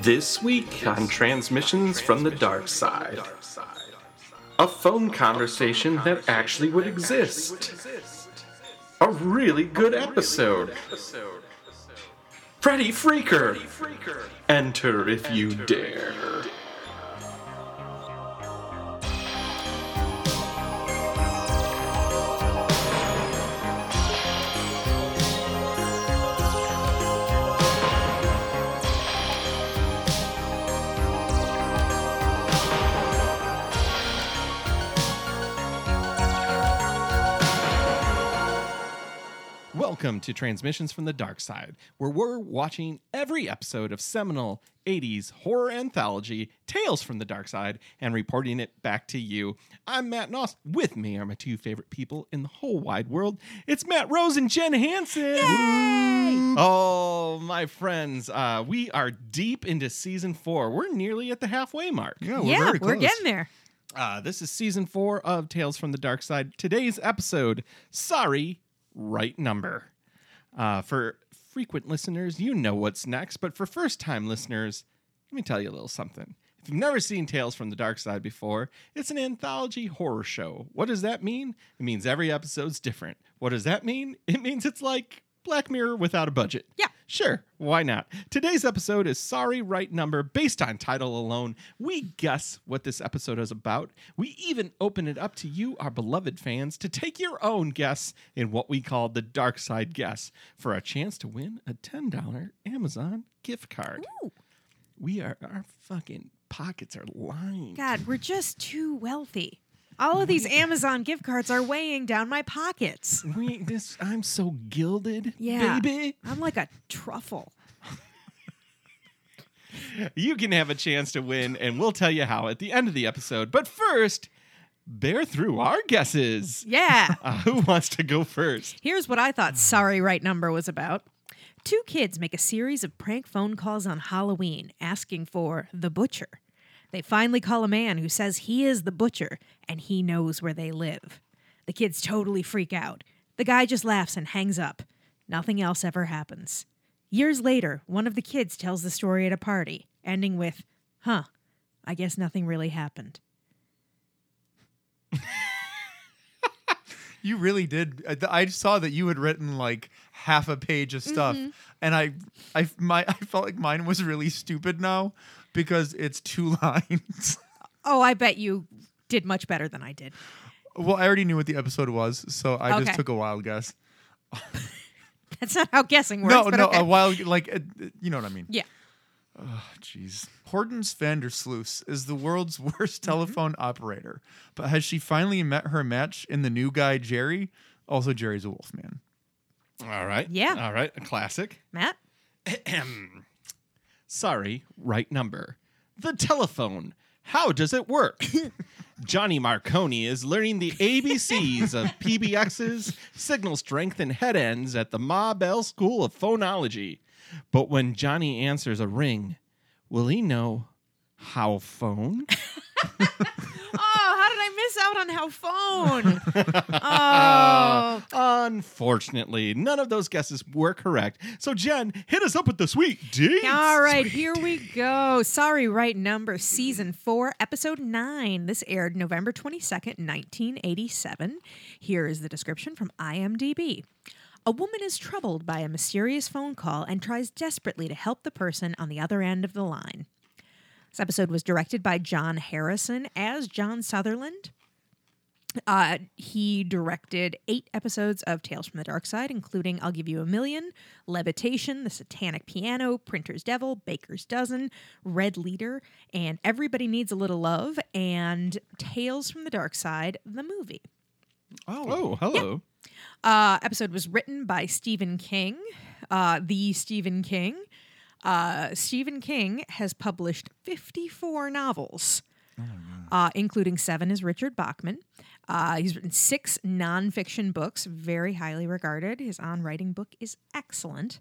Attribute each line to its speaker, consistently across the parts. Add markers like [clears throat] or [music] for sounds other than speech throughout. Speaker 1: This week on Transmissions from the Dark Side, a phone conversation that actually would exist. A really good episode. Freddy Freaker! Enter if you dare.
Speaker 2: Welcome to Transmissions from the Dark Side, where we're watching every episode of seminal 80s horror anthology Tales from the Dark Side and reporting it back to you. I'm Matt Noss. With me are my two favorite people in the whole wide world. It's Matt Rose and Jen Hansen. Oh, my friends, uh, we are deep into season four. We're nearly at the halfway mark.
Speaker 3: yeah, we're getting there.
Speaker 2: Uh, this is season four of Tales from the Dark Side. Today's episode, sorry, right number. Uh, for frequent listeners, you know what's next, but for first time listeners, let me tell you a little something. If you've never seen Tales from the Dark Side before, it's an anthology horror show. What does that mean? It means every episode's different. What does that mean? It means it's like Black Mirror without a budget.
Speaker 3: Yeah.
Speaker 2: Sure, why not? Today's episode is Sorry Right Number. Based on title alone, we guess what this episode is about. We even open it up to you, our beloved fans, to take your own guess in what we call the dark side guess for a chance to win a $10 Amazon gift card.
Speaker 3: Ooh.
Speaker 2: We are, our fucking pockets are lined.
Speaker 3: God, we're just too wealthy. All of these Amazon gift cards are weighing down my pockets.
Speaker 2: We, this, I'm so gilded,
Speaker 3: Yeah.
Speaker 2: baby.
Speaker 3: I'm like a truffle.
Speaker 2: you can have a chance to win, and we'll tell you how at the end of the episode. But first, bear through our guesses.
Speaker 3: Yeah.
Speaker 2: Uh, who wants to go first?
Speaker 3: Here's what I
Speaker 4: Hmm.
Speaker 3: thought Sorry Right Number was about. Two kids make a series of prank phone calls on Halloween asking for the butcher. They finally call a man who says he is the butcher and he knows where they live. The kids totally freak out. The guy just laughs and hangs up. Nothing else ever happens. Years later, one of the kids tells the story at a party, ending with, Huh, I guess nothing really happened.
Speaker 4: You really did. I- th- I saw that you had written like half a page of stuff,
Speaker 3: Mm-hmm.
Speaker 4: and I, I, my, [laughs] I felt like mine was really stupid now because it's two [laughs] lines.
Speaker 3: Oh, I bet you did much better than I did.
Speaker 4: well, I already knew what the episode was, so I
Speaker 3: Okay.
Speaker 4: just took a wild guess.
Speaker 3: That's not how guessing works.
Speaker 4: no,
Speaker 3: but
Speaker 4: no,
Speaker 3: okay.
Speaker 4: a wild like uh, uh, you know what I mean.
Speaker 3: Yeah.
Speaker 4: Oh, jeez. Hortense Vandersloos is the world's [laughs] worst
Speaker 3: Mm-hmm.
Speaker 4: telephone operator, but has she finally met her match in the new guy Jerry? Also, Jerry's a wolf man.
Speaker 2: All right.
Speaker 3: Yeah.
Speaker 2: All right. A classic.
Speaker 3: Matt?
Speaker 2: Sorry, right number. The telephone. How does it
Speaker 3: [laughs]
Speaker 2: work? Johnny Marconi is learning the ABCs of PBX's signal strength and head ends at the Ma Bell School of Phonology. But when Johnny answers a ring, will he know how
Speaker 3: [laughs]
Speaker 2: phone?
Speaker 3: Oh, how did I miss out on how phone?
Speaker 4: [laughs]
Speaker 3: oh,
Speaker 2: Unfortunately, none of those guesses were correct. So, Jen, hit us up with the sweet deets.
Speaker 3: all right, here we go. Sorry, right number, season four, episode nine. This aired November 22nd, 1987. Here is the description from IMDb. A woman is troubled by a mysterious phone call and tries desperately to help the person on the other end of the line. This episode was directed by John Harrison as John Sutherland. Uh, he directed eight episodes of Tales from the Dark Side, including I'll Give You a Million, Levitation, The Satanic Piano, Printer's Devil, Baker's Dozen, Red Leader, and Everybody Needs a Little Love, and Tales from the Dark Side, the movie.
Speaker 2: Oh, hello.
Speaker 3: Uh, episode was written by Stephen King, uh, the Stephen King. Uh, Stephen King has published 54 novels, uh, including seven as Richard Bachman. Uh, he's written six nonfiction books, very highly regarded. His on writing book is excellent.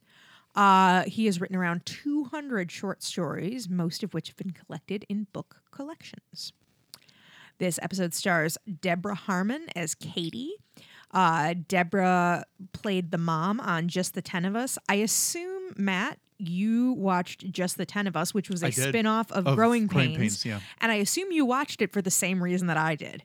Speaker 3: Uh, he has written around 200 short stories, most of which have been collected in book collections. This episode stars Deborah Harmon as Katie. Uh, Deborah played the mom on Just the Ten of Us. I assume, Matt, you watched just the 10 of us, which was a
Speaker 4: I did.
Speaker 3: spin-off of,
Speaker 4: Of
Speaker 3: Growing,
Speaker 4: Growing
Speaker 3: Pains.
Speaker 4: Pains, yeah.
Speaker 3: And I assume you watched it for the same reason that I did.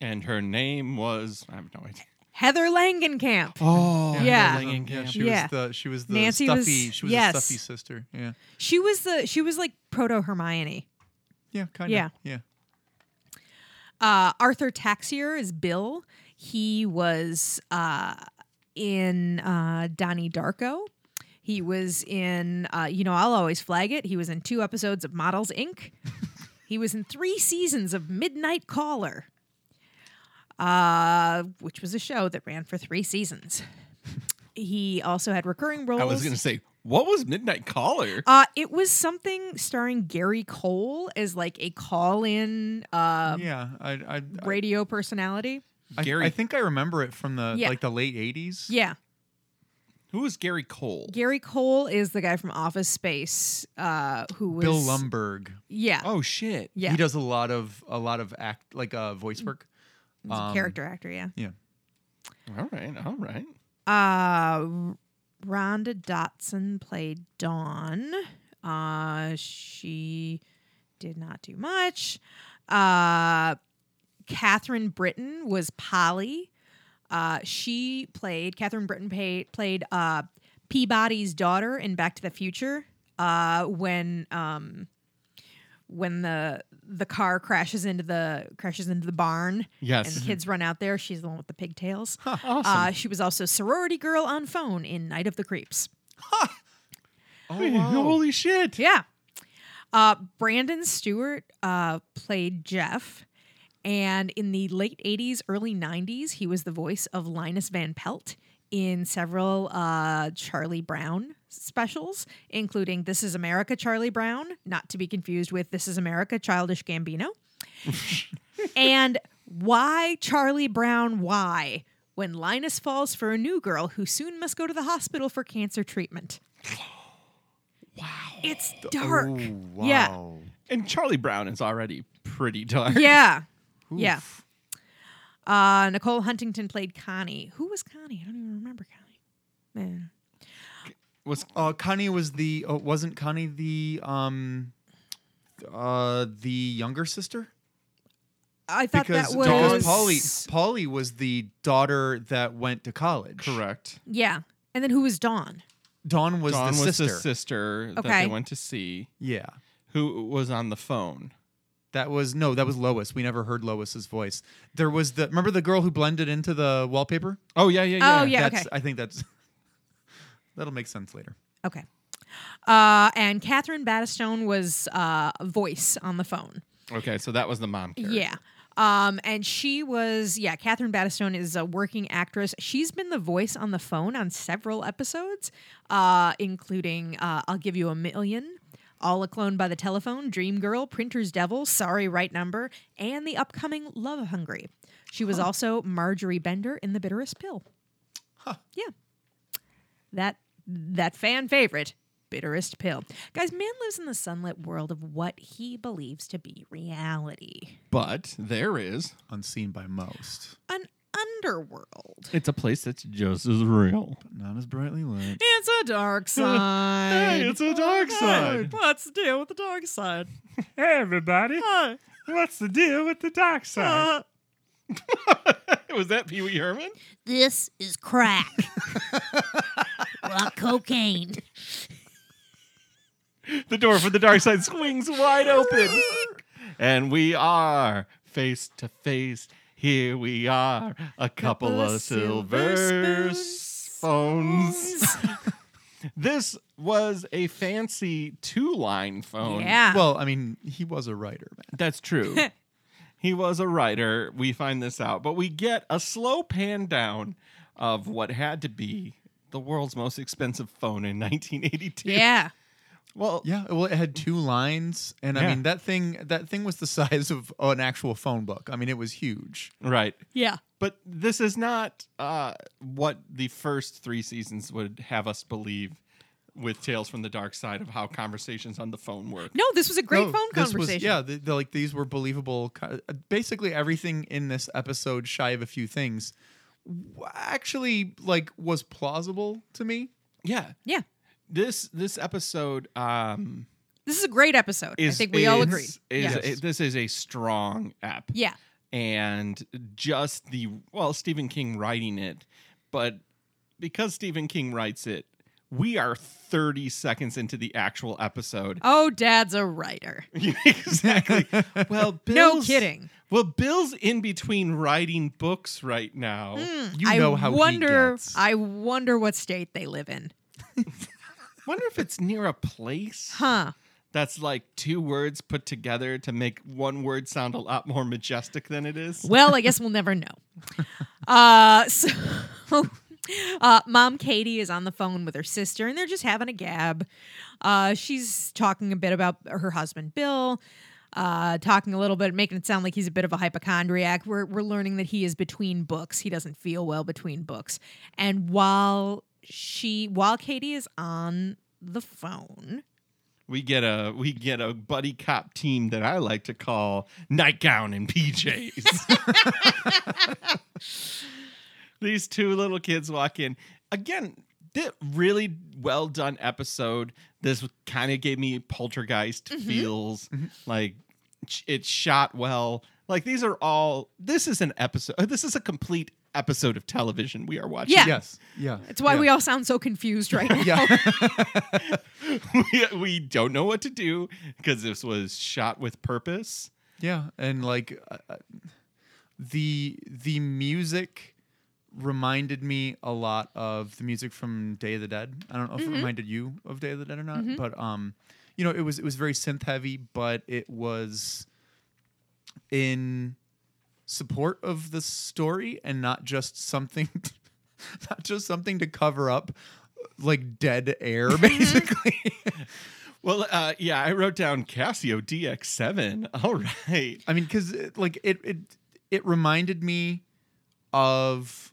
Speaker 2: And her name was I have no idea.
Speaker 3: Heather Langenkamp.
Speaker 2: Oh,
Speaker 3: Yeah.
Speaker 4: Yeah, she
Speaker 3: Yeah.
Speaker 4: was the she was the
Speaker 3: Nancy
Speaker 4: stuffy
Speaker 3: was-
Speaker 4: she was
Speaker 3: yes.
Speaker 4: the stuffy sister. Yeah.
Speaker 3: She was the she was like proto Hermione.
Speaker 4: Yeah, kind of.
Speaker 3: Yeah.
Speaker 4: Yeah.
Speaker 3: Uh, Arthur Taxier is Bill. He was uh, in uh, Donnie Darko. He was in, uh, you know, I'll always flag it. He was in two episodes of Models Inc. he was in three seasons of Midnight Caller, uh, which was a show that ran for three seasons. he also had recurring roles.
Speaker 2: I was gonna say, what was Midnight Caller?
Speaker 3: Uh, it was something starring Gary Cole as like a call-in uh,
Speaker 4: Yeah. I I,
Speaker 3: radio personality.
Speaker 4: I,
Speaker 2: Gary-
Speaker 4: I think I remember it from the
Speaker 3: Yeah.
Speaker 4: like the late 80s.
Speaker 3: Yeah,
Speaker 2: Who was Gary Cole?
Speaker 3: Gary Cole is the guy from Office Space uh, who was
Speaker 4: Bill Lumberg.
Speaker 3: Yeah,
Speaker 2: oh shit.
Speaker 3: yeah, Mm.
Speaker 4: He does a lot of a lot of act like uh voice work.
Speaker 3: He's a
Speaker 4: um,
Speaker 3: character actor. Yeah,
Speaker 4: Yeah.
Speaker 2: All right, all right.
Speaker 3: uh, Rhonda Dotson played Dawn. Uh, she did not do much. Uh, Catherine Britton was Polly. Uh, she played Catherine Britton played, played uh, Peabody's daughter in Back to the Future uh, when um, when the the car crashes into the crashes into the barn and
Speaker 2: Yes.
Speaker 4: Mm-hmm.
Speaker 3: the kids run out there. She's the one with the pigtails.
Speaker 2: Awesome.
Speaker 3: Uh, she was also sorority girl on phone in Night of the Creeps.
Speaker 4: [laughs] Oh, wow.
Speaker 2: Holy shit.
Speaker 3: Yeah. Uh, Brandon Stewart uh, played Jeff. And in the late 80s, early 90s, he was the voice of Linus Van Pelt in several uh, Charlie Brown specials, including This Is America, Charlie Brown, not to be confused with This Is America, Childish Gambino. and why Charlie Brown? Why? When Linus falls for a new girl who soon must go to the hospital for cancer treatment. Wow. It's dark.
Speaker 4: Oh,
Speaker 3: Yeah.
Speaker 4: wow.
Speaker 2: And Charlie Brown is already pretty dark.
Speaker 3: [laughs] Yeah. Yeah.
Speaker 4: Oof.
Speaker 3: Uh, Nicole Huntington played Connie. Who was Connie? I don't even remember Connie. Man.
Speaker 2: Was
Speaker 4: Uh, Connie was the oh, wasn't Connie the um uh the younger sister?
Speaker 3: I thought
Speaker 4: Because
Speaker 3: that was
Speaker 4: because Polly Polly was the daughter that went to
Speaker 2: [laughs]
Speaker 4: college.
Speaker 2: correct.
Speaker 3: Yeah. And then who was Dawn?
Speaker 4: Dawn was
Speaker 2: Dawn
Speaker 4: the
Speaker 2: was
Speaker 4: sister.
Speaker 2: the sister that
Speaker 3: Okay.
Speaker 2: they went to see,
Speaker 4: Yeah.
Speaker 2: who was on the phone.
Speaker 4: That was no, that was Lois. We never heard Lois's voice. There was the remember the girl who blended into the wallpaper?
Speaker 2: Oh yeah, yeah, yeah.
Speaker 3: Oh, yeah.
Speaker 4: that's
Speaker 3: okay.
Speaker 4: I think that's [laughs] that'll make sense later.
Speaker 3: Okay. Uh, and Catherine Battistone was uh, a voice on the phone.
Speaker 2: Okay, so that was the mom character.
Speaker 3: Yeah. Um, and she was, yeah, Catherine Battistone is a working actress. She's been the voice on the phone on several episodes, uh, including uh, I'll Give You a Million, All a Clone by the Telephone, Dream Girl, Printer's Devil, Sorry Right Number, and the upcoming Love Hungry. She was also Marjorie Bender in The Bitterest Pill. Yeah. That that fan favorite, Bitterest Pill. Guys, man lives in the sunlit world of what he believes to be reality
Speaker 2: But there is.
Speaker 4: Unseen by most.
Speaker 3: an underworld.
Speaker 2: It's a place that's just as real.
Speaker 4: Not as brightly lit.
Speaker 3: It's a [laughs] dark side.
Speaker 2: a dark
Speaker 3: What's the deal with the dark side?
Speaker 2: Hey everybody. What's the deal with the dark side? [laughs]
Speaker 3: uh,
Speaker 2: was that Pee Wee Herman?
Speaker 5: This is crack.
Speaker 3: [laughs]
Speaker 5: Rock cocaine.
Speaker 2: The door for the dark side swings wide open. and we are face to face. Here we are, a couple, of silver, spoons. [laughs] This was a fancy two line phone.
Speaker 3: yeah.
Speaker 4: Oh, Well, I mean, he was a writer, man.
Speaker 2: That's true. he was a writer. We find this out, but we get a slow pan down of what had to be the world's most expensive phone in 1982.
Speaker 3: yeah.
Speaker 2: Well,
Speaker 4: Yeah, well, it had two lines, and I
Speaker 2: Yeah.
Speaker 4: mean that thing that thing was the [laughs] size of an actual phone book. I mean, it was huge.
Speaker 2: right.
Speaker 3: Yeah.
Speaker 2: But this is not uh, what the first three seasons would have us believe with Tales from the Dark Side of how conversations on the phone work.
Speaker 3: No, this was a great
Speaker 4: No,
Speaker 3: phone
Speaker 4: this was-
Speaker 3: conversation.
Speaker 4: yeah, the, the- like these were believable. co- uh, Basically, everything in this episode, shy of a few things, w- actually like was plausible to me.
Speaker 2: Yeah.
Speaker 3: Yeah.
Speaker 2: this this episode um,
Speaker 3: This is a great episode.
Speaker 2: is
Speaker 3: I think we all
Speaker 2: is-
Speaker 3: agree.
Speaker 2: Is,
Speaker 3: yeah.
Speaker 4: Yes.
Speaker 2: this is a strong app.
Speaker 3: yeah.
Speaker 2: and just the well Stephen King writing it, but because Stephen King writes it, we are 30 seconds into the actual
Speaker 3: [laughs]
Speaker 2: episode. [laughs]
Speaker 3: Oh, dad's a writer.
Speaker 2: exactly. Well,
Speaker 3: No
Speaker 2: Bill's,
Speaker 3: kidding.
Speaker 2: Well, Bill's in between writing books right now.
Speaker 4: You
Speaker 3: Hmm. I
Speaker 4: know how he
Speaker 3: wonder.
Speaker 4: gets.
Speaker 3: I wonder what state they live in.
Speaker 2: Wonder if it's near a place
Speaker 3: Huh.
Speaker 2: that's like two words put together to make one word sound a lot more majestic than it is.
Speaker 3: [laughs] Well, I guess we'll never know. Uh, [laughs] so, uh, mom Katie is on the phone with her sister, and they're just having a gab. Uh, she's talking a bit about her husband Bill. Uh, talking a little bit, making it sound like he's a bit of a hypochondriac. We're, we're learning that he is between books. He doesn't feel well between books. And while she, while Katie is on the phone,
Speaker 2: We get a we get a buddy cop team that I like to call nightgown and PJs. [laughs] These two little kids walk in. Again, thi- really well done episode. This kind of gave me poltergeist feels. Like sh- it's shot well. Like these are all this is an episode this is a complete episode of television we are watching.
Speaker 3: Yeah.
Speaker 4: Yes. Yeah.
Speaker 3: that's why
Speaker 4: yeah.
Speaker 3: we all sound so confused right now.
Speaker 4: [laughs] Yeah.
Speaker 2: [laughs] we, we don't know what to do because this was shot with purpose.
Speaker 4: Yeah, and like uh, uh, the the music reminded me a lot of the music from Day of the Dead. I don't know if it reminded you of Day of the Dead or not, but um, you know, it was it was very synth heavy, but it was in support of the story and not just something, [laughs] not just something to cover up like dead air, [laughs] basically.
Speaker 2: Well, uh, yeah, I wrote down Casio DX7. [laughs] All right.
Speaker 4: I mean, because like it it it reminded me of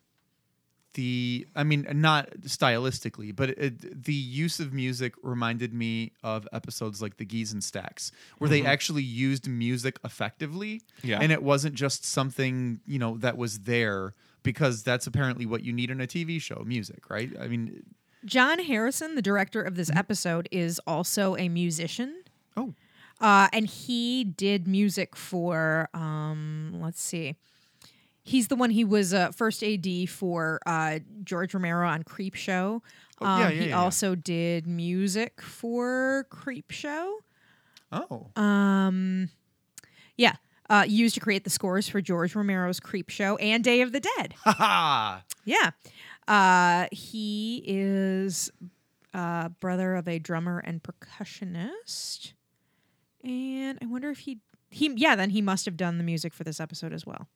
Speaker 4: the I mean, not stylistically, but it, the use of music reminded me of episodes like the Geese and Stacks, where they actually used music effectively,
Speaker 2: Yeah.
Speaker 4: and it wasn't just something you know that was there because that's apparently what you need in a TV show, music, right? I mean,
Speaker 3: John Harrison, the director of this episode, is also a musician.
Speaker 4: Mm-hmm. oh
Speaker 3: Uh, and he did music for, um, let's see. He's the one he was uh, first AD for uh, George Romero on Creep Show.
Speaker 4: Oh,
Speaker 3: Um,
Speaker 4: yeah, yeah,
Speaker 3: he
Speaker 4: yeah.
Speaker 3: also did music for Creep Show.
Speaker 4: oh,
Speaker 3: Um, yeah. Uh, used to create the scores for George Romero's Creep Show and Day of the Dead.
Speaker 4: [laughs] ha ha.
Speaker 3: Yeah. Uh, he is uh, brother of a drummer and percussionist. And I wonder if he he yeah, then he must have done the music for this episode as well.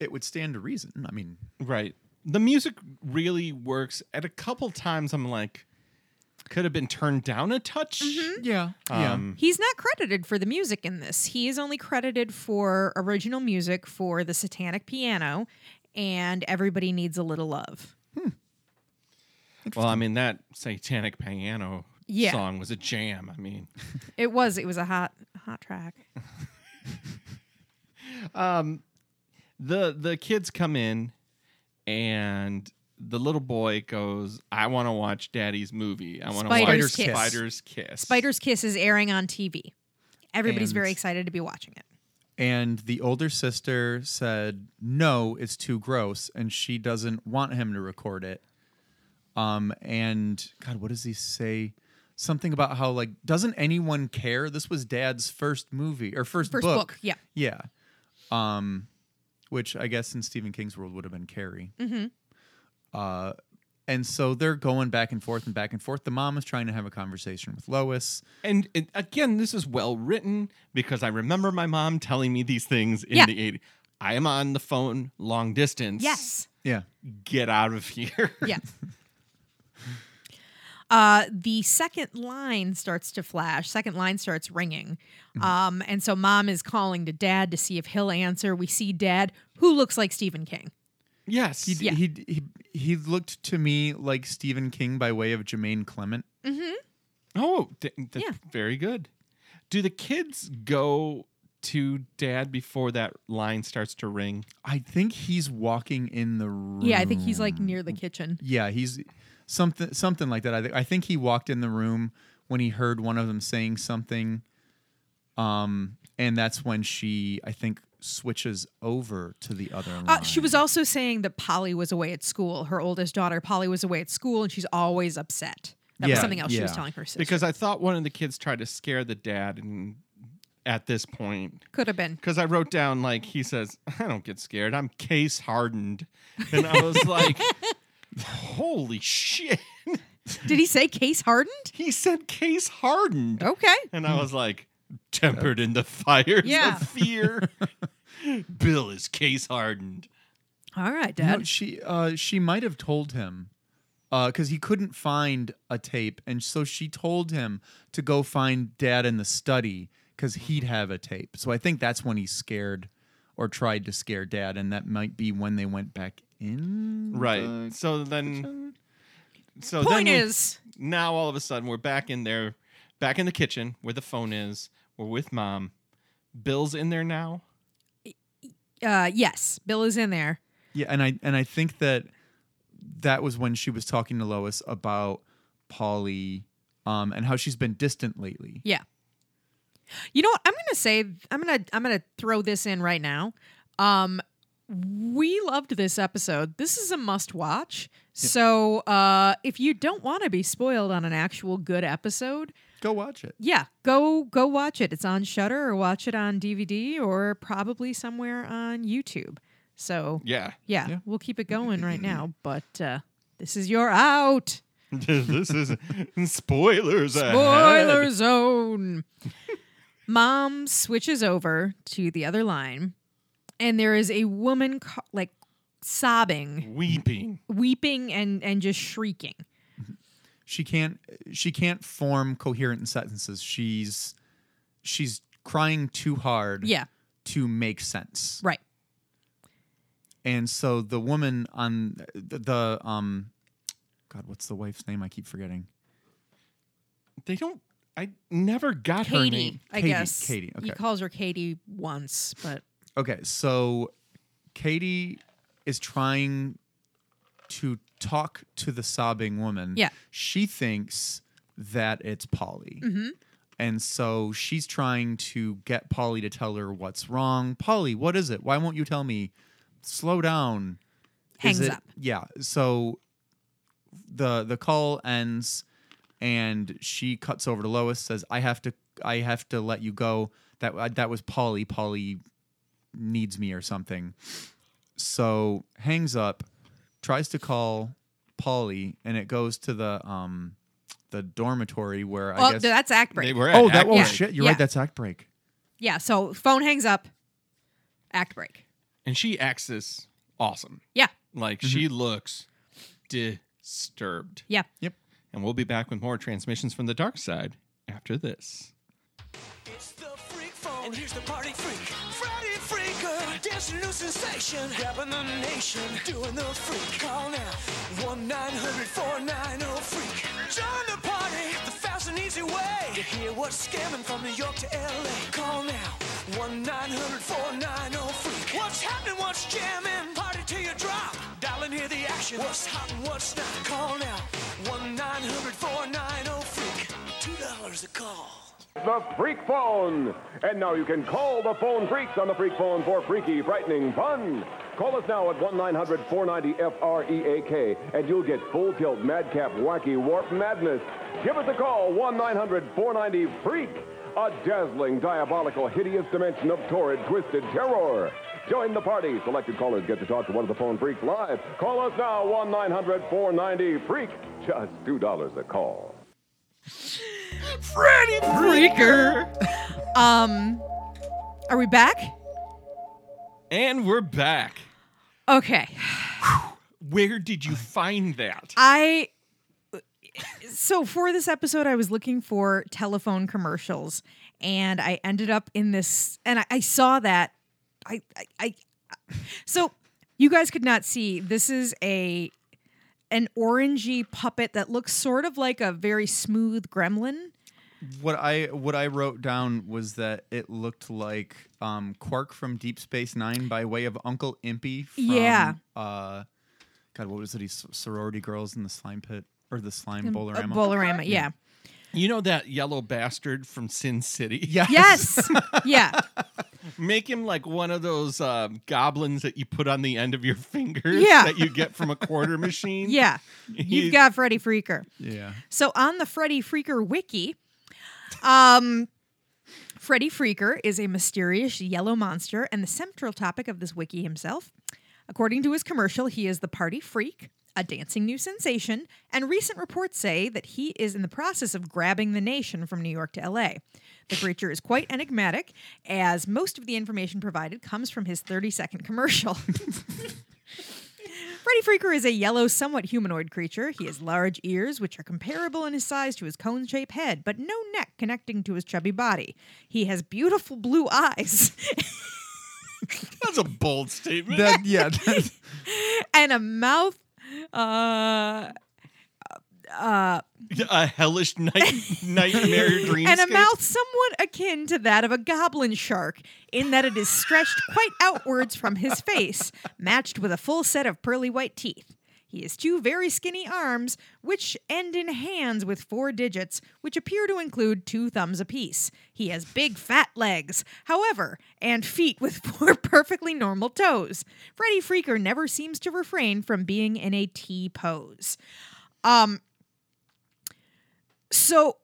Speaker 4: It would stand to reason. I mean,
Speaker 2: Right. The music really works. At a couple times, I'm like, could have been turned down a touch.
Speaker 3: Mm-hmm.
Speaker 4: yeah,
Speaker 2: Um,
Speaker 3: He's not credited for the music in this. He is only credited for original music for the Satanic Piano and Everybody Needs a Little Love.
Speaker 2: Well, I mean, that satanic piano
Speaker 3: Yeah.
Speaker 2: song was a jam. I mean,
Speaker 3: It was it was a hot hot track.
Speaker 2: the the kids come in and the little boy goes, I want to watch daddy's movie. I want to watch
Speaker 3: Spider's Kiss.
Speaker 2: Spider's Kiss.
Speaker 3: Spider's Kiss is airing on TV. Everybody's
Speaker 4: And-
Speaker 3: very excited to be watching it.
Speaker 4: and the older sister said no it's too gross and she doesn't want him to record it um and god what does he say something about how like doesn't anyone care this was dad's first movie or first,
Speaker 3: First
Speaker 4: book.
Speaker 3: book, yeah.
Speaker 4: yeah um which i guess in stephen king's world would have been carrie mm-hmm. uh and so they're going back and forth and back and forth the mom is trying to have a conversation with lois
Speaker 2: And, and again, this is well written because I remember my mom telling me these things in
Speaker 3: Yeah.
Speaker 2: the 80s. I am on the phone long distance.
Speaker 3: Yes.
Speaker 4: yeah
Speaker 2: Get out of here. [laughs]
Speaker 3: Yeah. [laughs] Uh, the second line starts to flash. Second line starts ringing, um, and so mom is calling to dad to see if he'll answer. We see dad, who looks like Stephen King.
Speaker 2: yes.
Speaker 4: He, d
Speaker 3: Yeah.
Speaker 4: he he he looked to me like Stephen King by way of Jermaine Clement.
Speaker 2: Oh, th- th-
Speaker 3: Yeah.
Speaker 2: very good. Do the kids go to dad before that line starts to ring?
Speaker 4: I think he's walking in the room.
Speaker 3: Yeah, I think he's like near the kitchen.
Speaker 4: Yeah, he's something something like that. I, th- I think he walked in the room when he heard one of them saying something, um, and that's when she I think switches over to the other line.
Speaker 3: Uh, she was also saying that Polly was away at school. Her oldest daughter, Polly, was away at school, and she's always upset. That was
Speaker 4: Yeah,
Speaker 3: something else she was
Speaker 4: yeah.
Speaker 3: telling her sister.
Speaker 2: because I thought one of the kids tried to scare the dad, and at this point,
Speaker 3: could have been.
Speaker 2: because I wrote down like he says, I don't get scared. I'm case hardened, and I
Speaker 3: [laughs]
Speaker 2: was like, holy shit!
Speaker 3: Did he say case hardened?
Speaker 2: He said case hardened,
Speaker 3: Okay.
Speaker 2: and I was like, tempered in the fires
Speaker 3: Yeah.
Speaker 2: of
Speaker 3: [laughs]
Speaker 2: fear. Bill is case hardened.
Speaker 3: All right,
Speaker 4: No,
Speaker 3: Dad.
Speaker 4: she uh, she might have told him because he couldn't find a tape, and so she told him to go find Dad in the study because he'd have a tape. So I think that's when he scared or tried to scare Dad, and that might be when they went back in.
Speaker 2: Right.
Speaker 4: the
Speaker 2: so then, so
Speaker 3: Point
Speaker 2: oh, then we-
Speaker 3: is,
Speaker 2: now all of a sudden we're back in there, back in the kitchen where the phone is. We're with mom. Bill's in there now.
Speaker 3: uh, yes, Bill is in there.
Speaker 4: Yeah, and I and I think that that was when she was talking to Lois about Polly um, and how she's been distant lately.
Speaker 3: Yeah. You know what? I'm gonna say I'm gonna I'm gonna throw this in right now. Um, we loved this episode. This is a must watch. So uh, if you don't want to be spoiled on an actual good episode,
Speaker 4: Go watch it.
Speaker 3: yeah, go go watch it. It's on Shutter or watch it on DVD or probably somewhere on YouTube. So
Speaker 2: Yeah.
Speaker 3: yeah,
Speaker 4: Yeah.
Speaker 3: we'll keep it going right now. But uh, this is your out.
Speaker 2: [laughs] this is [laughs] spoilers.
Speaker 3: Spoiler zone. Mom switches over to the other line, and there is a woman ca- like sobbing,
Speaker 2: Weeping.
Speaker 3: weeping, and and just shrieking.
Speaker 4: she can't she can't form coherent sentences she's she's crying too hard
Speaker 3: Yeah,
Speaker 4: to make sense
Speaker 3: right.
Speaker 4: and so the woman on the, the um god what's the wife's name i keep forgetting
Speaker 2: They don't. I never got her name.
Speaker 3: Katie, I
Speaker 4: Katie,
Speaker 3: guess.
Speaker 4: Katie,
Speaker 3: He
Speaker 4: okay.
Speaker 3: calls her Katie once, but
Speaker 4: okay so katie is trying to talk to the sobbing woman
Speaker 3: Yeah. Mm-hmm.
Speaker 4: she thinks that it's polly And so she's trying to get Polly to tell her what's wrong. Polly, what is it? Why won't you tell me? Slow down. Is
Speaker 3: Hangs
Speaker 4: it-
Speaker 3: up.
Speaker 4: Yeah. So the the call ends and she cuts over to Lois says, "I have to I have to let you go. That that was Polly. Polly needs me or something." So hangs up, tries to call Polly and it goes to the um the dormitory where I
Speaker 3: well,
Speaker 4: guess
Speaker 3: that's act break.
Speaker 2: They were at
Speaker 4: Oh, that
Speaker 2: Acme.
Speaker 4: oh
Speaker 3: Yeah.
Speaker 4: shit! You're
Speaker 3: Yeah.
Speaker 4: right. That's act break.
Speaker 3: yeah. So phone hangs up. Act break.
Speaker 2: And she acts this awesome.
Speaker 3: Yeah,
Speaker 2: Like
Speaker 3: Mm-hmm.
Speaker 2: she looks disturbed.
Speaker 3: yeah.
Speaker 4: Yep.
Speaker 2: And we'll be back with more transmissions from the dark side after this.
Speaker 6: It's the freak phone. And here's the party freak. Freddy Freaker. Dancing new sensation. Dabbing the nation. Doing the freak. Call now. 1 900 490 freak. Join the party. The fast and easy way. To hear what's scamming from New York to LA. Call now. 1 900 490 freak. What's happening? What's jamming? Party till you drop. Dial and hear the action. What's hot and what's not. Call now. 1 900 490 freak. $2 a call.
Speaker 7: The Freak Phone. And now you can call the phone freaks on the Freak Phone for freaky, frightening fun. Call us now at 1 900 490 FREAK E and you'll get full tilt, madcap, wacky, warp madness. Give us a call 1 900 490 Freak. A dazzling, diabolical, hideous dimension of torrid, twisted terror. Join the party. Selected callers get to talk to one of the phone freaks live. Call us now 1 900 490 Freak. Just $2 a call.
Speaker 3: Freaker. um, are we back?
Speaker 2: And we're back.
Speaker 3: Okay.
Speaker 2: Where did you find that?
Speaker 3: I so for this episode, I was looking for telephone commercials, and I ended up in this, and I, I saw that. I, I, I, so you guys could not see. This is a an orangey puppet that looks sort of like a very smooth gremlin.
Speaker 4: What I what I wrote down was that it looked like um, Quark from Deep Space Nine by way of Uncle Impy. From,
Speaker 3: Yeah.
Speaker 4: Uh, God, what was it? He's sorority girls in the slime pit. or the slime bowler
Speaker 3: A Bolarama, yeah.
Speaker 2: You know that yellow bastard from Sin City?
Speaker 4: Yes.
Speaker 3: Yes. yeah.
Speaker 2: Make him like one of those um, goblins that you put on the end of your [laughs] fingers
Speaker 3: Yeah.
Speaker 2: that you get from a quarter machine.
Speaker 3: Yeah. You've got Freddy Freaker. [laughs]
Speaker 4: Yeah.
Speaker 3: So on the Freddy Freaker wiki, um, Freddy Freaker is a mysterious yellow monster and the central topic of this wiki himself. According to his commercial, he is the party freak, a dancing new sensation, and recent reports say that he is in the process of grabbing the nation from New York to LA. The creature is quite enigmatic, as most of the information provided comes from his 30 second commercial. [laughs] Freddy Freaker is a yellow, somewhat humanoid creature. He has large ears, which are comparable in his size to his cone shaped head, but no neck connecting to his chubby body. He has beautiful blue [laughs] eyes
Speaker 2: That's a bold statement.
Speaker 4: That, yeah. that's-
Speaker 3: and a mouth. Uh,
Speaker 2: [laughs] a hellish night-
Speaker 3: [laughs]
Speaker 2: nightmare dreamscape.
Speaker 3: and a mouth somewhat akin to that of a goblin shark, in that it is stretched quite outwards from his face, matched with a full set of pearly white teeth. He has two very skinny arms, which end in hands with four digits, which appear to include two thumbs apiece. He has big fat legs, however, and feet with [laughs] four perfectly normal toes. Freddy Freaker never seems to refrain from being in a T pose. Um, So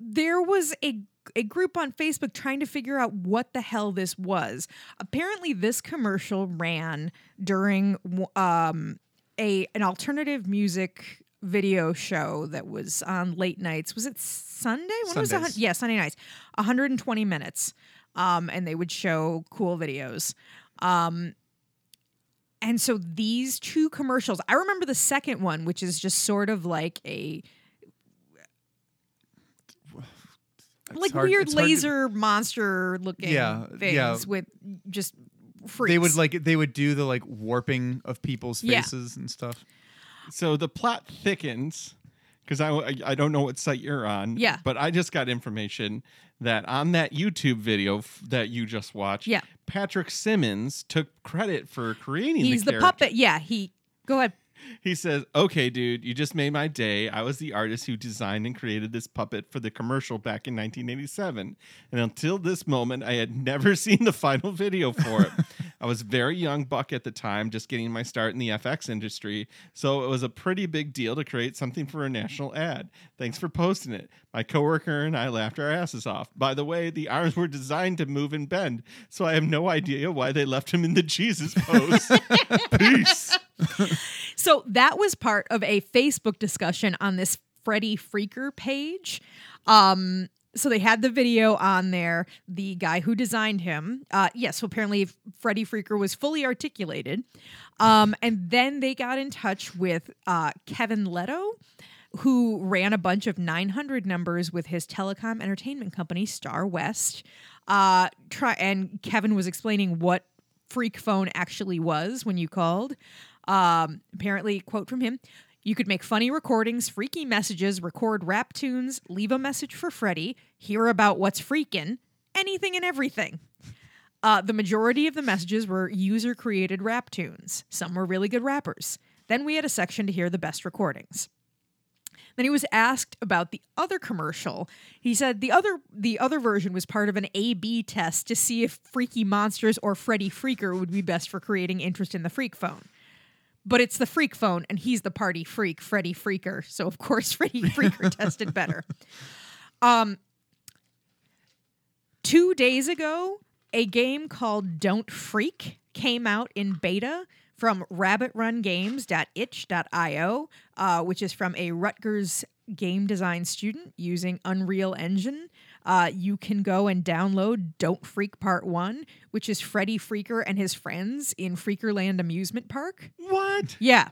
Speaker 3: there was a a group on Facebook trying to figure out what the hell this was. Apparently, this commercial ran during um, a an alternative music video show that was on late nights. Was it Sunday? When was it?
Speaker 4: Sundays.
Speaker 3: Yeah, Sunday nights. 120 minutes, um, and they would show cool videos. And so these two commercials, I remember the second one, which is just sort of like a like
Speaker 4: hard-
Speaker 3: weird
Speaker 4: it's hard to-
Speaker 3: laser monster looking
Speaker 4: Yeah,
Speaker 3: things
Speaker 4: yeah.
Speaker 3: with just freaks.
Speaker 4: They would like they would do the like warping of people's
Speaker 3: Yeah.
Speaker 4: faces and stuff.
Speaker 2: so the plot thickens because I, I I don't know what site you're on.
Speaker 3: Yeah.
Speaker 2: But I just got information that on that YouTube video f- that you just watched,
Speaker 3: Yeah.
Speaker 2: Patrick Simmons took credit for creating
Speaker 3: He's
Speaker 2: the
Speaker 3: the,
Speaker 2: character.
Speaker 3: puppet. Yeah, he. Go ahead.
Speaker 2: He says, "Okay, dude, you just made my day. I was the artist who designed and created this puppet for the commercial back in 1987, and until this moment, I had never [laughs] seen the final video for it. I was very young buck at the time, just getting my start in the FX industry, so it was a pretty big deal to create something for a national ad. Thanks for posting it. My coworker and I laughed our asses off. By the way, the arms were designed to move and bend, so I have no idea why they left him in the [laughs] Jesus pose. Peace."
Speaker 3: So that was part of a Facebook discussion on this Freddy Freaker page. Um, so they had the video on there. The guy who designed him, uh, yes, so apparently Freddy Freaker was fully articulated. Um, and then they got in touch with uh, Kevin Leto, who ran a bunch of 900 numbers with his telecom entertainment company, Star West. Uh, try and Kevin was explaining what freak phone actually was when you called. Um, apparently, quote from him you could make funny recordings, freaky messages, record rap tunes, leave a message for Freddy, hear about what's freaking, anything and everything. Uh, the majority of the messages were user created rap tunes. Some were really good rappers. Then we had a section to hear the best recordings. Then he was asked about the other commercial. He said the other the other version was part of an A/B test to see if Freaky Monsters or Freddy Freaker would be best for creating interest in the Freak Phone. But it's the Freak Phone, and he's the party freak, Freddy Freaker. So of course, [laughs] Freddy Freaker tested better. two days ago, a game called Don't Freak came out in beta from rabbitrungames.itch.io, uh, which is from a Rutgers game design student using Unreal Engine. Uh, you can go and download Don't Freak Part 1, which is Freddy Freaker and his friends in Freakerland Amusement Park.
Speaker 2: What?
Speaker 3: Yeah.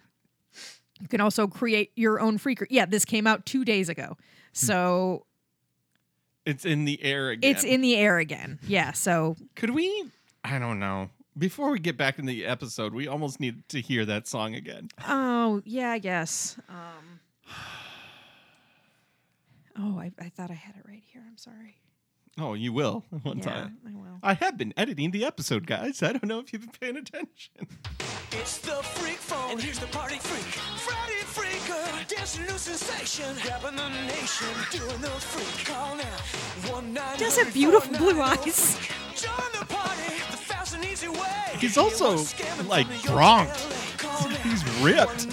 Speaker 3: You can also create your own freaker. Yeah, this came out two days ago. So
Speaker 2: It's in the air again.
Speaker 3: it's in the air again. Yeah, so
Speaker 2: Could we? I don't know. Before we get back in the episode, we almost need to hear that song again.
Speaker 3: Oh yeah, I guess. Um, [sighs] oh, I, I thought I had it right here. I'm sorry.
Speaker 2: Oh, you will [laughs] one
Speaker 3: Yeah,
Speaker 2: time.
Speaker 3: I
Speaker 2: [laughs]
Speaker 3: will.
Speaker 2: I have been editing the episode, guys. I don't know if you've been paying attention. [laughs]
Speaker 6: It's the freak phone. And here's the party freak. Freddy Freak. freaker. Dancing new sensation. Dabbing the nation. Doing the freak. Call now. One nine.
Speaker 3: Does have beautiful blue eyes.
Speaker 6: Join the party. The fast and easy way.
Speaker 2: He's also, like,
Speaker 6: drunk.
Speaker 2: gronked. He's ripped.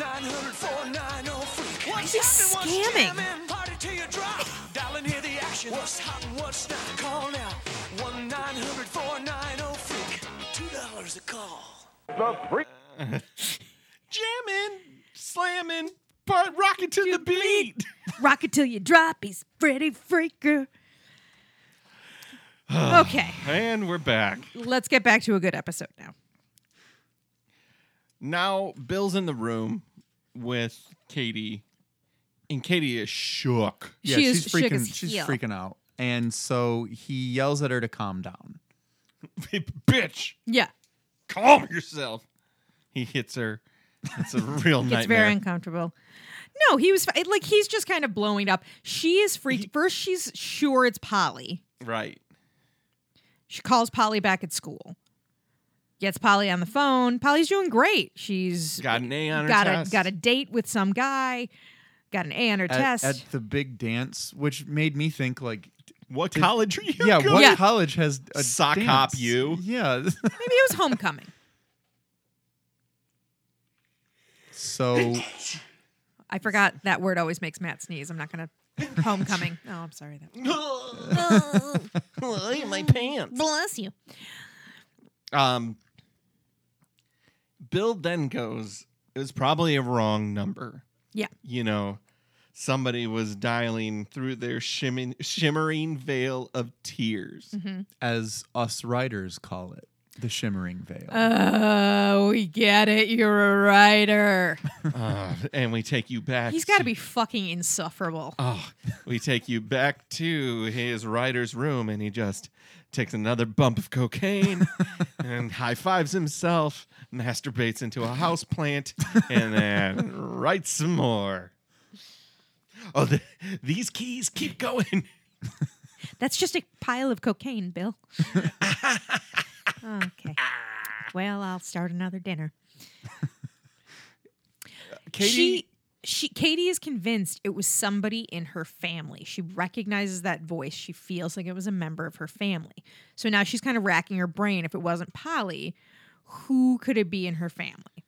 Speaker 6: Why
Speaker 3: is he scamming?
Speaker 6: Party till you drop. Dial and hear the action. What's hot and what's not? Call now. 1 900 490 freak. $2 a call.
Speaker 7: The freak.
Speaker 2: Jamming, slamming, part rocking to the beat.
Speaker 3: Rock it till you drop. He's Freddy Freaker. okay,
Speaker 2: And we're back.
Speaker 3: let's get back to a good episode now.
Speaker 2: Now Bill's in the room with Katie, and Katie is shook. [laughs]
Speaker 4: Yeah,
Speaker 3: She is
Speaker 4: she's
Speaker 3: shook
Speaker 4: freaking.
Speaker 3: as
Speaker 4: she's
Speaker 3: heel.
Speaker 4: freaking out, and so he yells at her to calm down.
Speaker 2: Bitch,
Speaker 3: Yeah,
Speaker 2: calm yourself. He hits her. It's a real
Speaker 3: gets
Speaker 2: nightmare.
Speaker 3: very uncomfortable. No, he was fi- like he's just kind of blowing up. She is freaked. First, she's sure it's Polly.
Speaker 2: right.
Speaker 3: She calls Polly back at school. Gets Polly on the phone. Polly's doing great. She's
Speaker 2: Got an A on her
Speaker 3: got a
Speaker 2: test.
Speaker 3: got a date with some guy. Got an A on her
Speaker 4: At,
Speaker 3: test.
Speaker 4: at the big dance, which made me think, like,
Speaker 2: What college are you?
Speaker 4: yeah,
Speaker 2: going
Speaker 4: what
Speaker 3: Yeah.
Speaker 4: college has a
Speaker 2: Sock
Speaker 4: dance?
Speaker 2: hop you.
Speaker 4: Yeah. [laughs]
Speaker 3: Maybe it was homecoming.
Speaker 4: so
Speaker 3: I forgot that word always makes Matt sneeze. I'm not gonna homecoming. [laughs] Oh, I'm sorry. That
Speaker 5: Oh,
Speaker 2: Look at my pants.
Speaker 5: bless you.
Speaker 2: Um, Bill then goes, it was probably a wrong number.
Speaker 3: Yeah.
Speaker 2: You know, somebody was dialing through their shimming, shimmering veil of tears.
Speaker 3: Mm-hmm.
Speaker 4: as us writers call it, the shimmering veil.
Speaker 3: Oh, we get it. You're a writer.
Speaker 2: Uh, and we take you back.
Speaker 3: He's got
Speaker 2: to
Speaker 3: to be fucking insufferable.
Speaker 2: Oh, we take you back to his writer's room, and he just takes another bump of cocaine and high fives himself, masturbates into a house plant, and then writes some more. Oh, the, these keys keep going.
Speaker 3: That's just a pile of cocaine, Bill. okay. Well, I'll start another dinner.
Speaker 2: Katie,
Speaker 3: She she Katie is convinced it was somebody in her family. She recognizes that voice. She feels like it was a member of her family. So now she's kind of racking her brain if it wasn't Polly, who could it be in her family?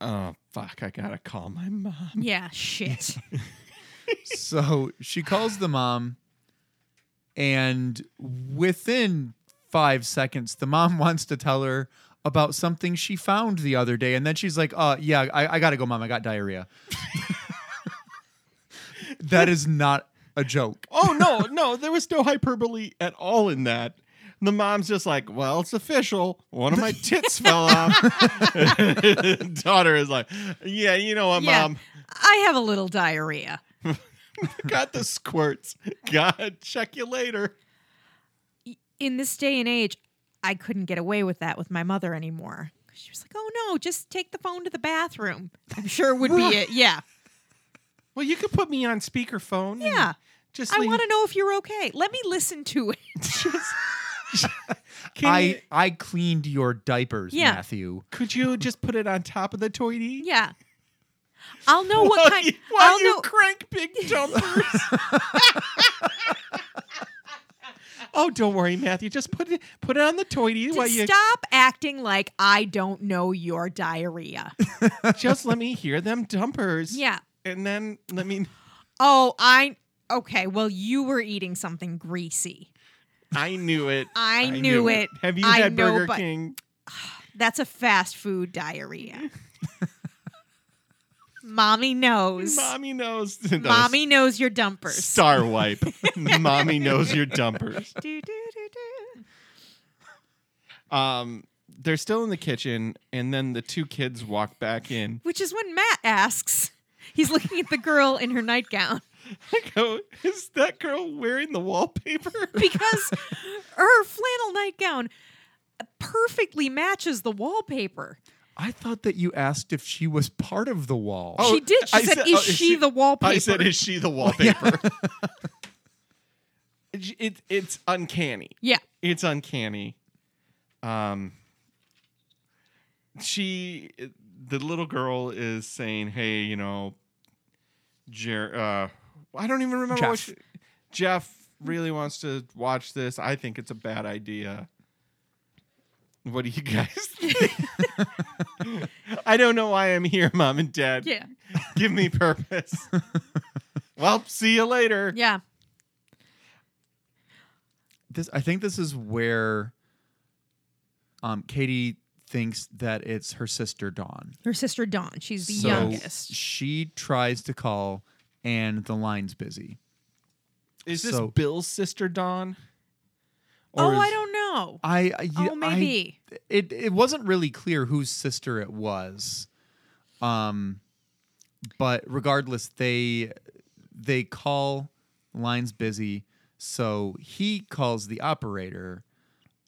Speaker 2: oh fuck, I gotta call my mom.
Speaker 3: Yeah, shit.
Speaker 2: [laughs]
Speaker 4: so she calls the mom, and within five seconds, the mom [laughs] wants to tell her about something she found the other day, and then she's like, "Uh, yeah, I, I gotta go, mom. I got diarrhea." that is not a joke.
Speaker 2: Oh no, no, there was no hyperbole at all in that. The mom's just like, well, it's official. One of my
Speaker 3: [laughs]
Speaker 2: tits fell off. [laughs] Daughter is like, yeah, you know what,
Speaker 3: yeah.
Speaker 2: mom?
Speaker 3: I have a little diarrhea.
Speaker 2: Got the squirts. God, check you later.
Speaker 3: In this day and age, I couldn't get away with that with my mother anymore. She was like, "Oh no, just take the phone to the bathroom." I'm sure
Speaker 2: [laughs]
Speaker 3: would be it. Yeah.
Speaker 2: Well, you could put me on speakerphone. and
Speaker 3: Yeah.
Speaker 2: Just
Speaker 3: I
Speaker 2: leave- [laughs]
Speaker 3: want to know if you're okay. Let me listen to it.
Speaker 2: Can you-
Speaker 4: I I cleaned your diapers,
Speaker 3: Yeah.
Speaker 4: Matthew.
Speaker 2: could you just put it on top of the toity?
Speaker 3: Yeah. I'll know what kind.
Speaker 2: Why
Speaker 3: I'll
Speaker 2: you
Speaker 3: know.
Speaker 2: crank
Speaker 3: [laughs]
Speaker 2: big jumpers? oh, don't worry, Matthew. Just put it put it on the toity while
Speaker 3: Just
Speaker 2: you
Speaker 3: stop acting like I don't know
Speaker 2: [laughs]
Speaker 3: your diarrhea.
Speaker 2: [laughs] just let me hear them dumpers.
Speaker 3: yeah.
Speaker 2: And then let me
Speaker 3: Oh, I. Okay. Well, you were eating something greasy.
Speaker 2: I knew it.
Speaker 3: [laughs] I knew it.
Speaker 2: Have you
Speaker 3: I
Speaker 2: had
Speaker 3: know,
Speaker 2: Burger
Speaker 3: but-
Speaker 2: King?
Speaker 3: That's a fast
Speaker 2: [laughs]
Speaker 3: food diarrhea. Mommy knows.
Speaker 2: Mommy knows. [laughs] Those
Speaker 3: Mommy knows your dumpers.
Speaker 2: Star
Speaker 3: [laughs]
Speaker 2: wipe. [laughs] Mommy knows your dumpers.
Speaker 3: Do, do, do, do.
Speaker 2: Um, they're still in the kitchen, and then the two kids walk back in. [laughs]
Speaker 3: Which is when Matt asks. He's looking at the girl in her nightgown
Speaker 2: I go, is that girl wearing the wallpaper?
Speaker 3: [laughs] because her flannel nightgown perfectly matches the wallpaper.
Speaker 4: I thought that you asked if she was part of the wall.
Speaker 2: Oh,
Speaker 3: she did. She
Speaker 2: I
Speaker 3: said,
Speaker 2: said-
Speaker 3: "Is
Speaker 2: oh,
Speaker 3: she,
Speaker 2: is she-
Speaker 3: the wallpaper?"
Speaker 2: I said, is she
Speaker 3: [laughs]
Speaker 2: the wallpaper? [laughs] it, it- it's uncanny.
Speaker 3: yeah.
Speaker 2: It's uncanny. Um, she, the little girl is saying, "Hey, you know, Jer- uh, I don't even remember
Speaker 4: Jeff.
Speaker 2: which. Jeff really wants to watch this. I think it's a bad idea. What do you guys [laughs]
Speaker 3: [laughs]
Speaker 2: think? I don't know why I'm here, mom and dad.
Speaker 3: Yeah.
Speaker 2: [laughs] Give me purpose. well, see you later.
Speaker 3: Yeah.
Speaker 4: this I think this is where um Katie thinks that it's her sister Dawn.
Speaker 3: Her sister Dawn. She's the
Speaker 4: so
Speaker 3: youngest.
Speaker 4: she tries to call and the line's busy.
Speaker 2: Is this
Speaker 4: So-
Speaker 2: Bill's sister, Dawn?
Speaker 3: Oh,
Speaker 2: Or is- Uh,
Speaker 3: I don't know.
Speaker 4: I, I yeah,
Speaker 3: oh,
Speaker 4: I-
Speaker 3: maybe.
Speaker 4: it it wasn't really clear whose sister it was. Um but regardless they they call line's busy so he calls the operator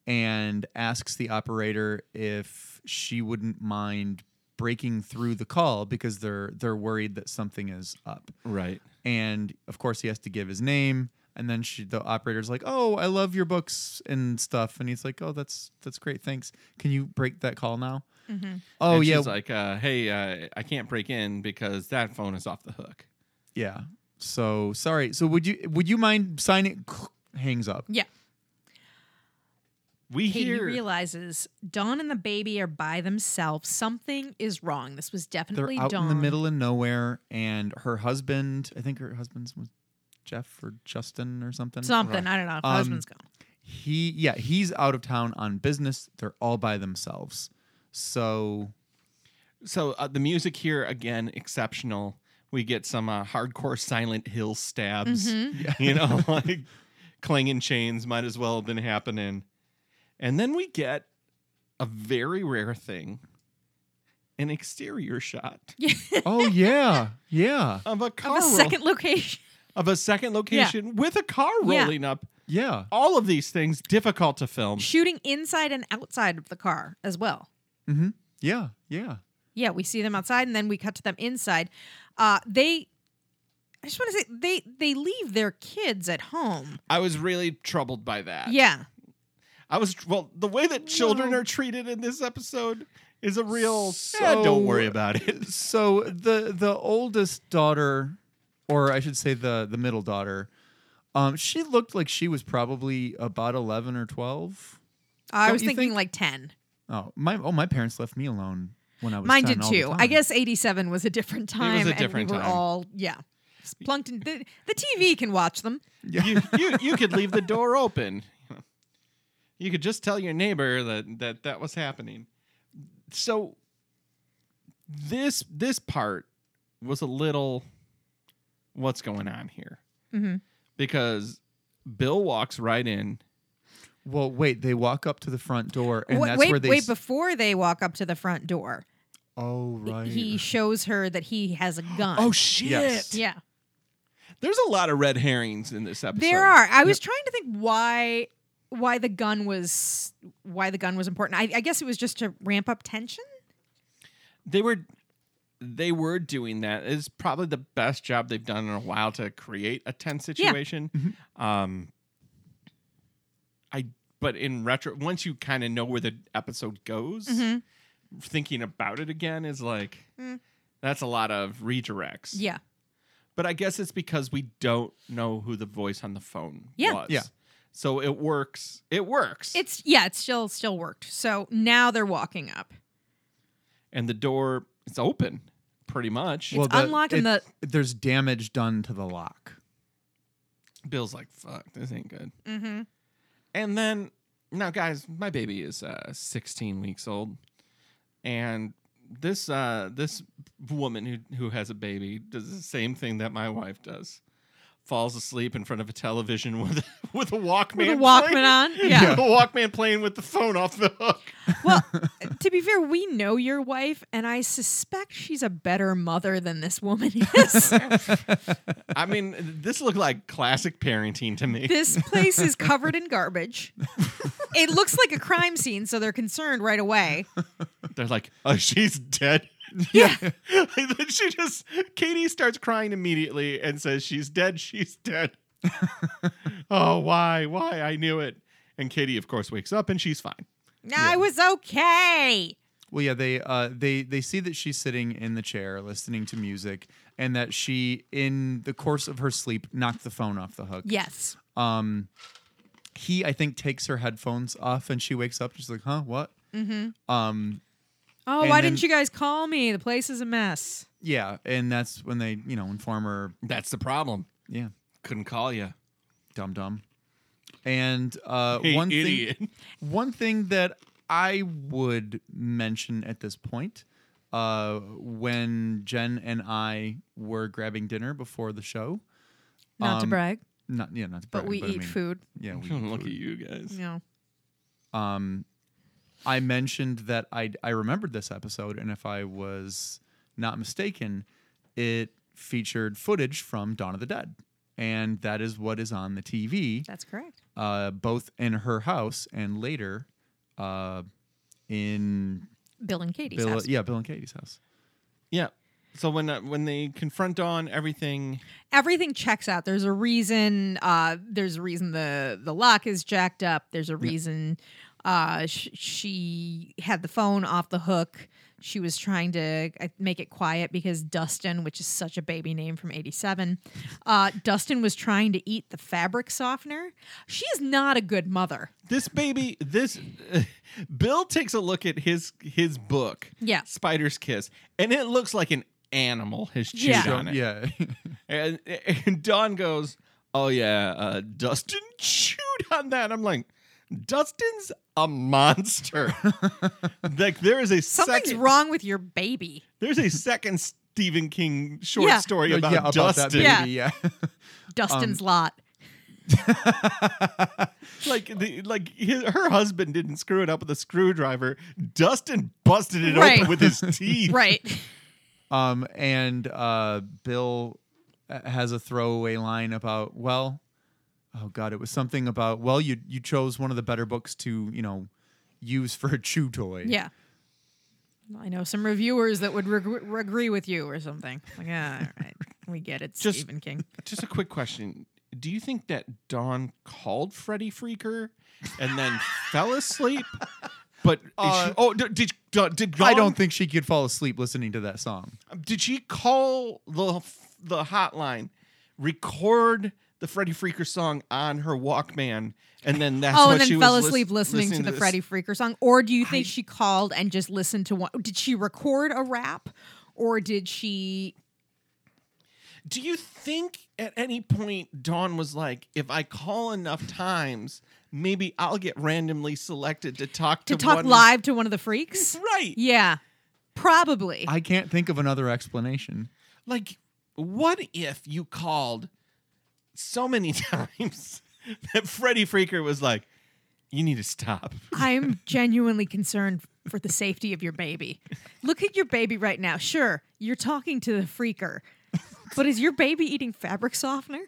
Speaker 4: and asks the operator if she wouldn't mind breaking through the call because they're they're worried that something is up
Speaker 2: Right.
Speaker 4: and of course he has to give his name and then she the operator's like oh i love your books and stuff and he's like oh that's that's great thanks can you break that call now oh
Speaker 2: And
Speaker 4: yeah
Speaker 2: She's like, uh, hey, uh, I can't break in because that phone is off the hook.
Speaker 4: yeah so sorry so would you would you mind signing hangs up
Speaker 3: Yeah.
Speaker 2: We
Speaker 3: Katie
Speaker 2: hear.
Speaker 3: realizes Dawn and the baby are by themselves. Something is wrong. This was
Speaker 4: they're
Speaker 3: definitely
Speaker 4: out
Speaker 3: Dawn.
Speaker 4: in the middle of nowhere and her husband i think her husband's was jeff or justin or something
Speaker 3: Something. I don't know. If
Speaker 4: Um,
Speaker 3: husband's gone.
Speaker 4: he yeah he's out of town on business they're all by themselves so
Speaker 2: so uh, the music here again exceptional. We get some uh, hardcore Silent Hill stabs. You know, [laughs] like clanging chains might as well have been happening. And then we get a very rare thing, an exterior shot
Speaker 4: oh yeah yeah
Speaker 2: of a car
Speaker 3: Of a
Speaker 2: roll-
Speaker 3: second location.
Speaker 2: of a second location with a car
Speaker 3: Yeah.
Speaker 2: rolling up.
Speaker 4: yeah
Speaker 2: All of these things difficult to film.
Speaker 3: Shooting inside and outside of the car as well.
Speaker 4: Yeah, yeah.
Speaker 3: Yeah, we see them outside, and then we cut to them inside. Uh, they, I just want to say they they leave their kids at home.
Speaker 2: I was really troubled by
Speaker 4: Uh,
Speaker 2: that.
Speaker 3: Yeah,
Speaker 2: I was well. The way that children are treated in this episode is a real.
Speaker 4: So-
Speaker 2: "Eh, don't worry about it.
Speaker 4: So the the oldest daughter, or I should say the the middle daughter, um, she looked like she was probably about eleven or twelve.
Speaker 3: I
Speaker 4: Don't
Speaker 3: was
Speaker 4: you
Speaker 3: thinking
Speaker 4: think-
Speaker 3: like ten.
Speaker 4: Oh my! Oh my parents left me alone when I was.
Speaker 3: Mine
Speaker 4: 10
Speaker 3: did
Speaker 4: all the
Speaker 3: too. I
Speaker 4: time.
Speaker 3: guess eighty-seven was a different time.
Speaker 2: a different
Speaker 3: and we were
Speaker 2: time.
Speaker 3: all yeah, plunked in. The, the TV can watch them.
Speaker 2: [laughs] You, you you could leave the door open. You could just tell your neighbor that that that was happening. So this this part was a little. What's going on here? Mm-hmm. Because Bill walks right in.
Speaker 4: Well, wait. They walk up to the front door, and
Speaker 3: Wa-
Speaker 4: that's
Speaker 3: wait,
Speaker 4: where they.
Speaker 3: wait
Speaker 4: s-
Speaker 3: before they walk up to the front door,
Speaker 4: oh right.
Speaker 3: he shows her that he has a gun.
Speaker 4: Oh,
Speaker 2: shit!
Speaker 4: Yes.
Speaker 3: yeah.
Speaker 2: There's a lot of red herrings in this episode.
Speaker 3: There are. I was trying to think why why the gun was why the gun was important. I, I guess it was just to ramp up tension.
Speaker 2: they were they were doing that. It's probably the best job they've done in a while to create a tense situation. Um I but in retro once you kind of know where the episode goes,
Speaker 3: Mm-hmm.
Speaker 2: thinking about it again is like that's a lot of redirects.
Speaker 3: Mm. Yeah.
Speaker 2: But I guess it's because we don't know who the voice on the phone
Speaker 3: Yeah.
Speaker 2: was.
Speaker 4: Yeah.
Speaker 2: So it works. It works.
Speaker 3: It's yeah, it still still worked. So now they're walking up.
Speaker 2: and the door is open pretty much.
Speaker 4: Well,
Speaker 3: unlocked and
Speaker 4: it- there's damage done to the lock.
Speaker 2: Bill's like, fuck, this ain't good. Mm-hmm. And then, now, guys, my baby is uh, 16 weeks old. And this uh, this woman who, who has a baby does the same thing that my wife does falls asleep in front of a television with, [laughs] with a Walkman.
Speaker 3: With a Walkman
Speaker 2: playing- [laughs]
Speaker 3: on? Yeah.
Speaker 2: With a Walkman playing with the phone off the hook.
Speaker 3: Well, to be fair, we know your wife, and I suspect she's a better mother than this woman is.
Speaker 2: I mean, this looked like classic parenting to me.
Speaker 3: this place is covered in garbage. It looks like a crime scene, so they're concerned right away.
Speaker 2: They're like, [laughs] oh, she's [laughs] dead.
Speaker 3: Yeah.
Speaker 2: And then she just Katie starts crying immediately and says she's dead, she's [laughs] dead. oh, why? Why? I knew it. And Katie of course wakes up and she's fine.
Speaker 3: No, I was okay.
Speaker 4: Well, yeah, they uh, they they see that she's sitting in the chair listening to music, and that she, in the course of her sleep, knocked the phone off the hook.
Speaker 3: Yes.
Speaker 4: He, I think, takes her headphones off, and she wakes up. And she's like, "Huh? What?"
Speaker 3: Oh,
Speaker 4: And
Speaker 3: why
Speaker 4: then-
Speaker 3: didn't you guys call me? The place is a mess.
Speaker 4: Yeah, and that's when they, you know, inform her.
Speaker 2: That's the problem.
Speaker 4: Yeah,
Speaker 2: Couldn't call you.
Speaker 4: dumb dumb. And uh,
Speaker 2: [laughs]
Speaker 4: one
Speaker 2: idiot.
Speaker 4: thing, [laughs] one thing that I would mention at this point, uh, when Jen and I were grabbing dinner before the show,
Speaker 3: Not to brag,
Speaker 4: not yeah, not to
Speaker 3: but
Speaker 4: brag,
Speaker 3: we
Speaker 4: I
Speaker 3: eat
Speaker 4: mean,
Speaker 3: food.
Speaker 4: Yeah, we
Speaker 2: Look at you guys.
Speaker 3: You know.
Speaker 4: I mentioned that I I remembered this episode, and if I was not mistaken, it featured footage from Dawn of the Dead, and that is what is on the TV,
Speaker 3: That's correct.
Speaker 4: uh, both in her house and later, uh, in
Speaker 3: Bill and Katie's
Speaker 4: Bill,
Speaker 3: house.
Speaker 4: yeah, Bill and Katie's house.
Speaker 2: Yeah. So when uh, when they confront Dawn, everything
Speaker 3: Everything checks out. There's a reason. Uh, there's a reason the the lock is jacked up. There's a reason. Uh, sh- she had the phone off the hook. She was trying to uh, make it quiet because Dustin, which is such a baby name from '87, uh, Dustin was trying to eat the fabric softener. She is not a good mother.
Speaker 2: this baby this [laughs] Bill takes a look at his his book,
Speaker 3: Yeah.
Speaker 2: Spider's Kiss, and it looks like an animal has chewed
Speaker 3: Yeah.
Speaker 2: on it.
Speaker 4: Yeah, [laughs]
Speaker 2: And, and Dawn goes, "Oh yeah, uh, Dustin chewed on that." I'm like, Dustin's a
Speaker 4: [laughs]
Speaker 2: monster. like there is a
Speaker 3: Something's
Speaker 2: second,
Speaker 3: wrong with your baby.
Speaker 2: There's a second Stephen King short
Speaker 3: Yeah.
Speaker 2: story
Speaker 4: Yeah,
Speaker 2: about,
Speaker 4: about that
Speaker 2: Dustin.
Speaker 4: baby.
Speaker 3: Yeah.
Speaker 4: Yeah, [laughs]
Speaker 3: Dustin's lot.
Speaker 2: Like the, like his, her husband didn't screw it up with a screwdriver. Dustin busted it
Speaker 3: Right.
Speaker 2: open with
Speaker 3: [laughs]
Speaker 2: his teeth.
Speaker 3: Right.
Speaker 4: um, and uh, Bill uh, has a throwaway line about well, oh god, it was something about well, you you chose one of the better books to you know use for a chew toy.
Speaker 3: Yeah. I know some reviewers that would reg- agree with you or something. Like, ah, all right, we get it,
Speaker 2: Just-
Speaker 3: Stephen King.
Speaker 2: Just a quick question. Do you think that Dawn called Freddy Freaker and then [laughs] fell asleep? But
Speaker 4: Uh,
Speaker 2: oh, d- did did, did
Speaker 4: I
Speaker 2: Dawn-
Speaker 4: don't think she could fall asleep listening to that song.
Speaker 2: Did she call the the hotline, record the Freddy Freaker song on her Walkman, and then that's
Speaker 3: oh,
Speaker 2: what
Speaker 3: and
Speaker 2: she
Speaker 3: then
Speaker 2: was
Speaker 3: fell
Speaker 2: lis-
Speaker 3: asleep listening, to the
Speaker 2: this-
Speaker 3: Freddy Freaker song? Or do you think she called and just listened to one? Did she record a rap? Or did she?
Speaker 2: Do you think at any point Dawn was like, if I call enough times, maybe I'll get randomly selected to talk to
Speaker 3: To talk
Speaker 2: one-
Speaker 3: live to one of the freaks?
Speaker 2: Right.
Speaker 3: Yeah, probably.
Speaker 4: I can't think of another explanation.
Speaker 2: Like, what if you called so many [laughs] times that Freddy Freaker was like, you need to stop.
Speaker 3: [laughs]
Speaker 2: [laughs]
Speaker 3: I'm genuinely concerned for the safety of your baby. Look at your baby right now. Sure, you're talking to the freaker, but is your baby eating fabric softener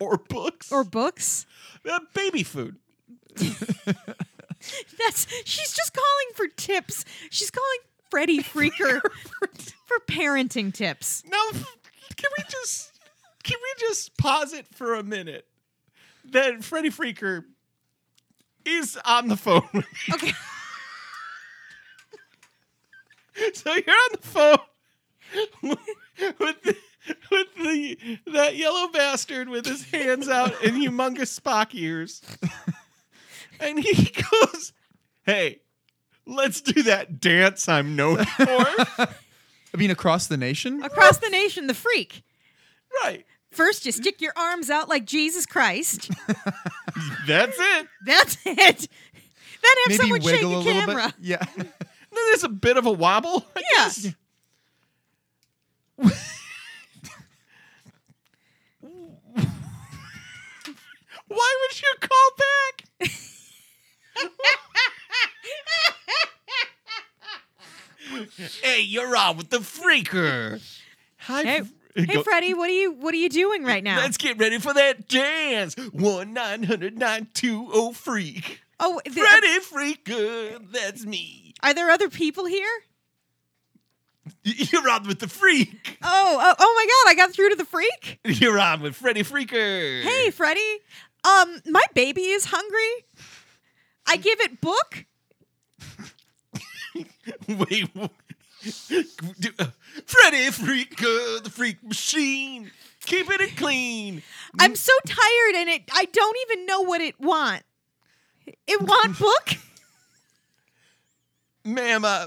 Speaker 2: Or books.
Speaker 3: or books?
Speaker 2: Uh, baby food.
Speaker 3: That's she's just calling for tips. She's calling
Speaker 4: [laughs]
Speaker 3: Freddie Freaker for parenting tips.
Speaker 2: Now, f- can we just can we just pause it for a minute? That Freddy Freaker is on the phone. with me.
Speaker 3: Okay,
Speaker 2: [laughs] so you're on the phone with the, with the that yellow bastard with his hands out and humongous Spock ears, and he goes, "Hey, let's do that dance I'm known for."
Speaker 4: I mean, across the nation.
Speaker 3: across the nation, the freak.
Speaker 2: right.
Speaker 3: First, you stick your arms out like Jesus
Speaker 4: [laughs]
Speaker 3: Christ.
Speaker 2: That's it.
Speaker 3: That's it. Then have
Speaker 4: Maybe
Speaker 3: someone shake
Speaker 4: wiggle a
Speaker 3: the
Speaker 4: little [laughs]
Speaker 3: camera.
Speaker 4: bit. Yeah.
Speaker 3: [laughs]
Speaker 2: Then there's a bit of a wobble. I
Speaker 3: Yeah.
Speaker 2: guess. Why would you call back? hey, you're on with the freaker. Hi,
Speaker 3: Hey,
Speaker 2: f-
Speaker 3: hey,
Speaker 2: go-
Speaker 3: Freddie, what are you what are you doing right now?
Speaker 2: Let's get ready for that dance. One nine hundred nine two oh freak.
Speaker 3: oh, the-
Speaker 2: Freddy Freaker, that's me.
Speaker 3: are there other people here?
Speaker 2: Y- You're on with the freak.
Speaker 3: Oh, oh, oh my God! I got through to the freak.
Speaker 2: You're on with Freddy Freaker. [laughs]
Speaker 3: Hey, Freddie. Um, my baby is hungry. I give it book.
Speaker 2: Wait. wh- do- uh, Freddy Freak, uh, the freak machine. Keeping it clean.
Speaker 3: I'm so tired and it I don't even know what it want. It want book?
Speaker 2: Ma'am, I,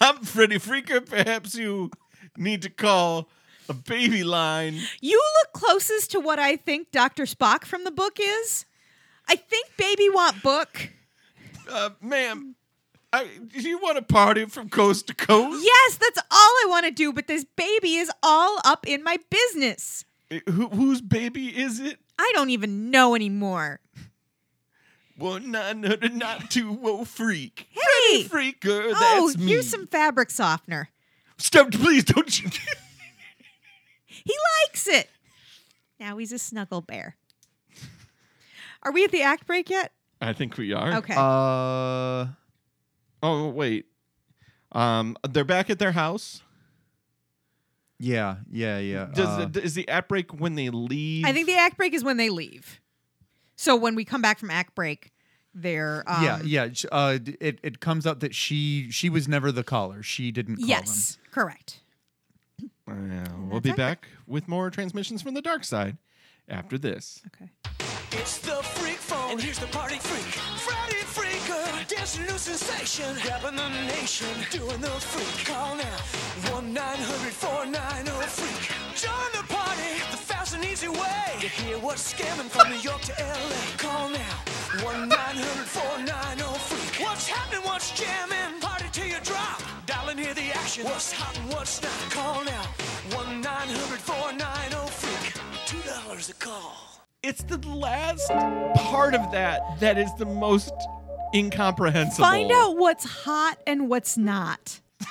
Speaker 2: I'm Freddy Freaker. Perhaps you need to call a baby line.
Speaker 3: You look closest to what I think Dr. Spock from the book is. I think baby want book.
Speaker 2: Uh, ma'am, I, do you want to party from coast to coast?
Speaker 3: Yes, that's all I want to do, but this baby is all up in my business.
Speaker 2: Uh, Who, whose baby is it?
Speaker 3: I don't even know anymore.
Speaker 2: One nine hundred nine two oh freak.
Speaker 3: Hey!
Speaker 2: Freddy Freaker,
Speaker 3: Oh,
Speaker 2: that's me.
Speaker 3: here's some fabric softener.
Speaker 2: Stop, please don't you. [laughs]
Speaker 3: He likes it. Now he's a snuggle bear. Are we at the act break yet?
Speaker 2: I think we are.
Speaker 3: Okay.
Speaker 4: Uh,
Speaker 2: Oh wait. Um, they're back at their house.
Speaker 4: yeah, yeah, yeah.
Speaker 2: Does
Speaker 4: uh,
Speaker 2: the, is the app break when they leave?
Speaker 3: I think the act break is when they leave. So when we come back from act break, they're um,
Speaker 4: yeah, yeah. sh- Uh, d- it it comes out that she she was never the caller. She didn't call
Speaker 3: Yes, correct.
Speaker 2: Uh, we'll be back with more transmissions from the dark side after this.
Speaker 3: Okay.
Speaker 6: It's the freak phone. And here's the party freak. Freddy Freaker. Dancing new sensation. Grabbing the nation. Doing the freak. Call now. 1 900 490 freak. Join the party. The fast and easy way. To hear what's scamming from New York to LA. Call now. 1 900 490 freak. What's happening? What's jamming? Party till you drop. Dial in here the action. What's hot and what's not? Call now. 1 900 490 freak. $2 a call.
Speaker 2: It's the last part of that that is the most incomprehensible.
Speaker 3: Find out what's hot and what's not.
Speaker 2: [laughs]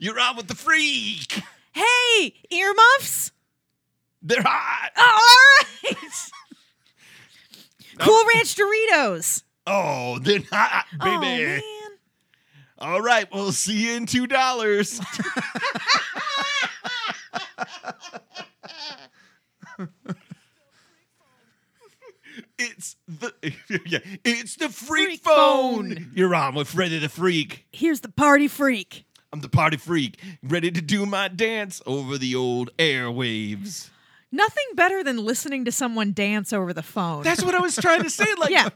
Speaker 2: You're out with the freak.
Speaker 3: Hey, earmuffs.
Speaker 2: They're hot.
Speaker 3: Oh, all
Speaker 2: [laughs]
Speaker 3: right. cool Ranch Doritos.
Speaker 2: Oh, they're hot,
Speaker 3: Oh man.
Speaker 2: baby. All right, we'll see you in two
Speaker 3: [laughs]
Speaker 2: dollars. it's the [laughs] yeah, it's the freak,
Speaker 3: Freak
Speaker 2: phone.
Speaker 3: phone.
Speaker 2: You're on with Freddy the Freak.
Speaker 3: Here's the party freak.
Speaker 2: I'm the party freak, ready to do my dance over the old airwaves.
Speaker 3: Nothing better than listening to someone dance over the phone.
Speaker 2: That's what I was trying to say. Like,
Speaker 3: [laughs] Yeah.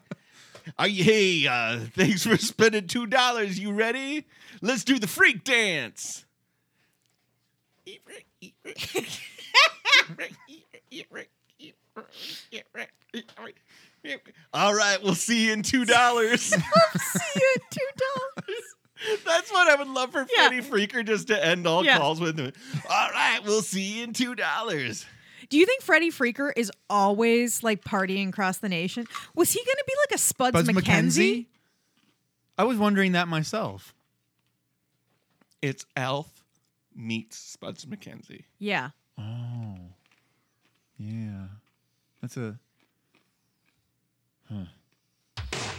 Speaker 2: are you, hey, uh, [laughs] thanks for spending two dollars. You ready? Let's do the freak dance. All right, we'll see you in two
Speaker 3: [laughs]
Speaker 2: dollars.
Speaker 3: see you at two dollars.
Speaker 2: That's what I would love for
Speaker 3: Yeah.
Speaker 2: Freddy Freaker just to end all
Speaker 3: Yeah.
Speaker 2: calls with. All right, we'll see you in two dollars.
Speaker 3: Do you think Freddie Freaker is always like partying across the nation? Was he going to be like a Spuds,
Speaker 4: them. Buds
Speaker 3: McKenzie?
Speaker 4: McKenzie. I was wondering that myself.
Speaker 2: It's Alf meets Spuds McKenzie.
Speaker 3: Yeah.
Speaker 4: Oh, yeah. That's a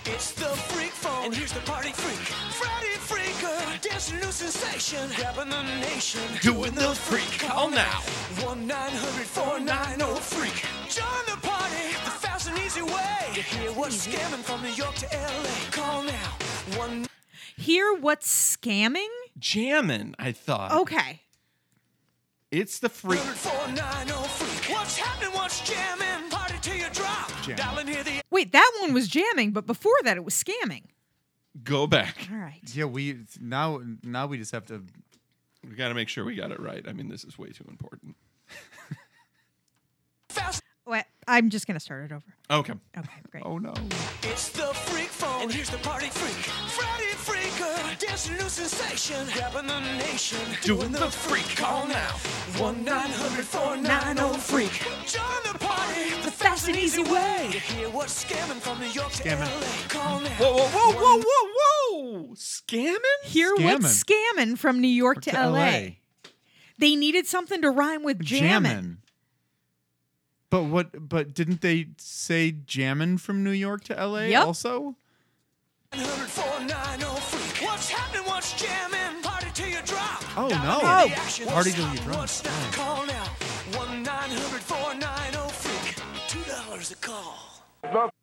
Speaker 6: It's the freak phone. And here's the party freak. Freddy Freaker. Dancing new sensation. Grabbing the nation.
Speaker 2: Doing the freak. Call now.
Speaker 6: 1 900 490 freak. Join the party. The fast and easy way. To hear what's scamming from New York to LA. Call now. 1
Speaker 3: Hear what's scamming?
Speaker 2: Jammin', I thought.
Speaker 3: Okay.
Speaker 2: It's the freak.
Speaker 6: 900 490 freak. What's happening? What's jamming? Party till you drop. Dial in here the
Speaker 3: Wait, that one was jamming, but before that it was scamming.
Speaker 2: Go back.
Speaker 3: All right.
Speaker 4: yeah. We now now we just have to.
Speaker 2: We got to make sure we got it right. I mean, this is way too important.
Speaker 6: fast.
Speaker 3: Wait, I'm just going to start it over.
Speaker 2: Okay.
Speaker 3: Okay, great.
Speaker 2: Oh no.
Speaker 6: It's the freak phone. And here's the party freak. Freddy Freaker. Dancing new sensation. Grabbing the nation. Doing the freak. Call now. 1 900 490 freak. Join the party. The fast and easy way. To hear what's scamming from New York to
Speaker 4: Scamming.
Speaker 6: LA. Call now.
Speaker 2: Whoa, whoa, whoa, whoa, whoa, whoa! Scamming?
Speaker 3: Hear what's scamming from New York to, LA. They needed something to rhyme with jammin'.
Speaker 4: Jammin'. But what? But didn't they say jammin' from New York to LA
Speaker 3: Yep.
Speaker 4: also?
Speaker 6: 900 490 freak. What's happening? What's jamming? Party till you drop.
Speaker 4: Oh,
Speaker 6: Dial
Speaker 4: no.
Speaker 6: into
Speaker 4: Oh.
Speaker 6: the action.
Speaker 4: Party
Speaker 6: What's
Speaker 4: till you
Speaker 6: hot?
Speaker 4: drop.
Speaker 6: What's not? Call now. 1 900 490 freak. $2 a call.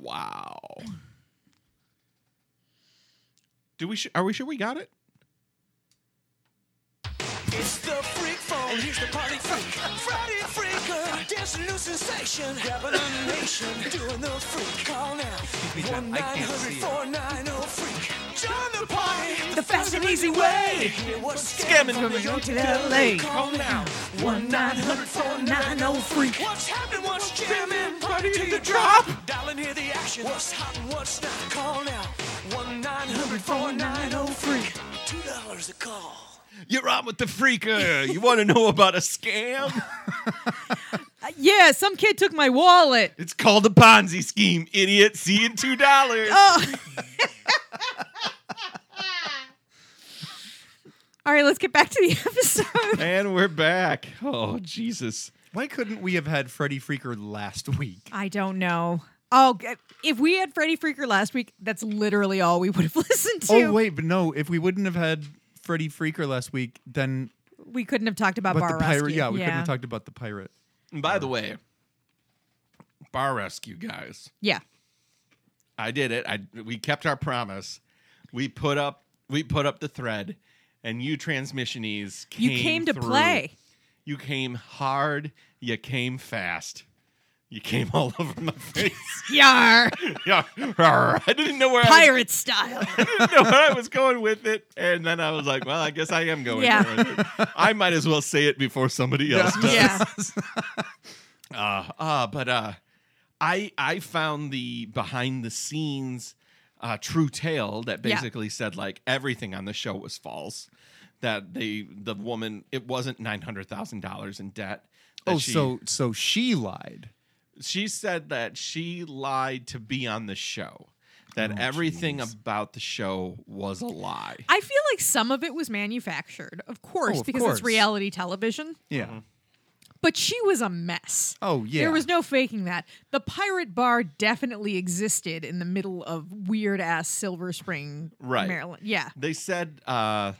Speaker 2: Wow. Do we? Sh- are we sure we got it?
Speaker 6: It's the freak phone. And here's the party freak. Friday uh, freaker. Dancing new sensation. Dabbing on the nation. Doing the freak. Call now.
Speaker 4: John, I can't see it.
Speaker 6: 1-900-490 freak. Join the party.
Speaker 3: The fast and easy way.
Speaker 6: Hear what's
Speaker 3: Scamming
Speaker 6: scamming
Speaker 3: from
Speaker 6: from New
Speaker 3: New
Speaker 6: York to
Speaker 3: York to LA.
Speaker 6: LA. Call now. 1-900-490 freak. What's happening? What's jamming? Party to the drop. Dial and hear the action. What's hot and what's not? Call now. 1-900-490 freak. $2 a call.
Speaker 2: You're on with the freaker. You want to know about a scam?
Speaker 3: Uh, yeah, some kid took my wallet.
Speaker 2: [laughs] It's called a Ponzi scheme, idiot. See you in two dollars.
Speaker 3: Oh. [laughs] All right, let's get back to the [laughs] episode.
Speaker 2: And we're back. Oh Jesus.
Speaker 4: Why couldn't we have had Freddy Freaker
Speaker 3: [laughs]
Speaker 4: last week?
Speaker 3: I don't know. Oh, g- if we had Freddy Freaker last week, that's literally all we would have [laughs] listened to.
Speaker 4: Oh wait, but no. If we wouldn't have had Freddy Freaker last week, then
Speaker 3: We couldn't have talked about
Speaker 4: but
Speaker 3: Bar
Speaker 4: the pirate.
Speaker 3: Rescue.
Speaker 4: Yeah, we couldn't have talked about the pirate.
Speaker 2: And by the way, bar rescue guys.
Speaker 3: Yeah.
Speaker 2: I did it. I we kept our promise. We put up we put up the thread, and you transmissionies came.
Speaker 3: You came to
Speaker 2: through.
Speaker 3: play.
Speaker 2: You came hard. You came fast. You came [laughs] all over my face. [laughs]
Speaker 3: Yar.
Speaker 4: [laughs]
Speaker 2: yeah, [laughs] I didn't know where I, was,
Speaker 3: Pirate style.
Speaker 2: didn't know [laughs] where I was going with it, and then I was like, "Well, I guess I am going."
Speaker 3: Yeah.
Speaker 2: there with it. I might as well say it before somebody else does.
Speaker 3: yeah.
Speaker 2: Uh, uh, but uh, I I found the behind the scenes uh, true tale that
Speaker 3: Yeah.
Speaker 2: basically said like everything on the show was false. That they the woman it wasn't nine hundred thousand dollars in debt. that
Speaker 4: Oh,
Speaker 2: she-
Speaker 4: so so she lied.
Speaker 2: she said that she lied to be on the show.
Speaker 4: Oh,
Speaker 2: That everything about the show was a lie.
Speaker 3: I feel like some of it was manufactured, of course,
Speaker 4: Oh, of
Speaker 3: because
Speaker 4: course.
Speaker 3: it's reality television.
Speaker 4: Yeah.
Speaker 2: Mm-hmm.
Speaker 3: But she was a mess.
Speaker 4: Oh yeah.
Speaker 3: There was no faking that. The pirate bar definitely existed in the middle of weird ass Silver Spring,
Speaker 2: Right.
Speaker 3: Maryland. Yeah.
Speaker 2: They said uh,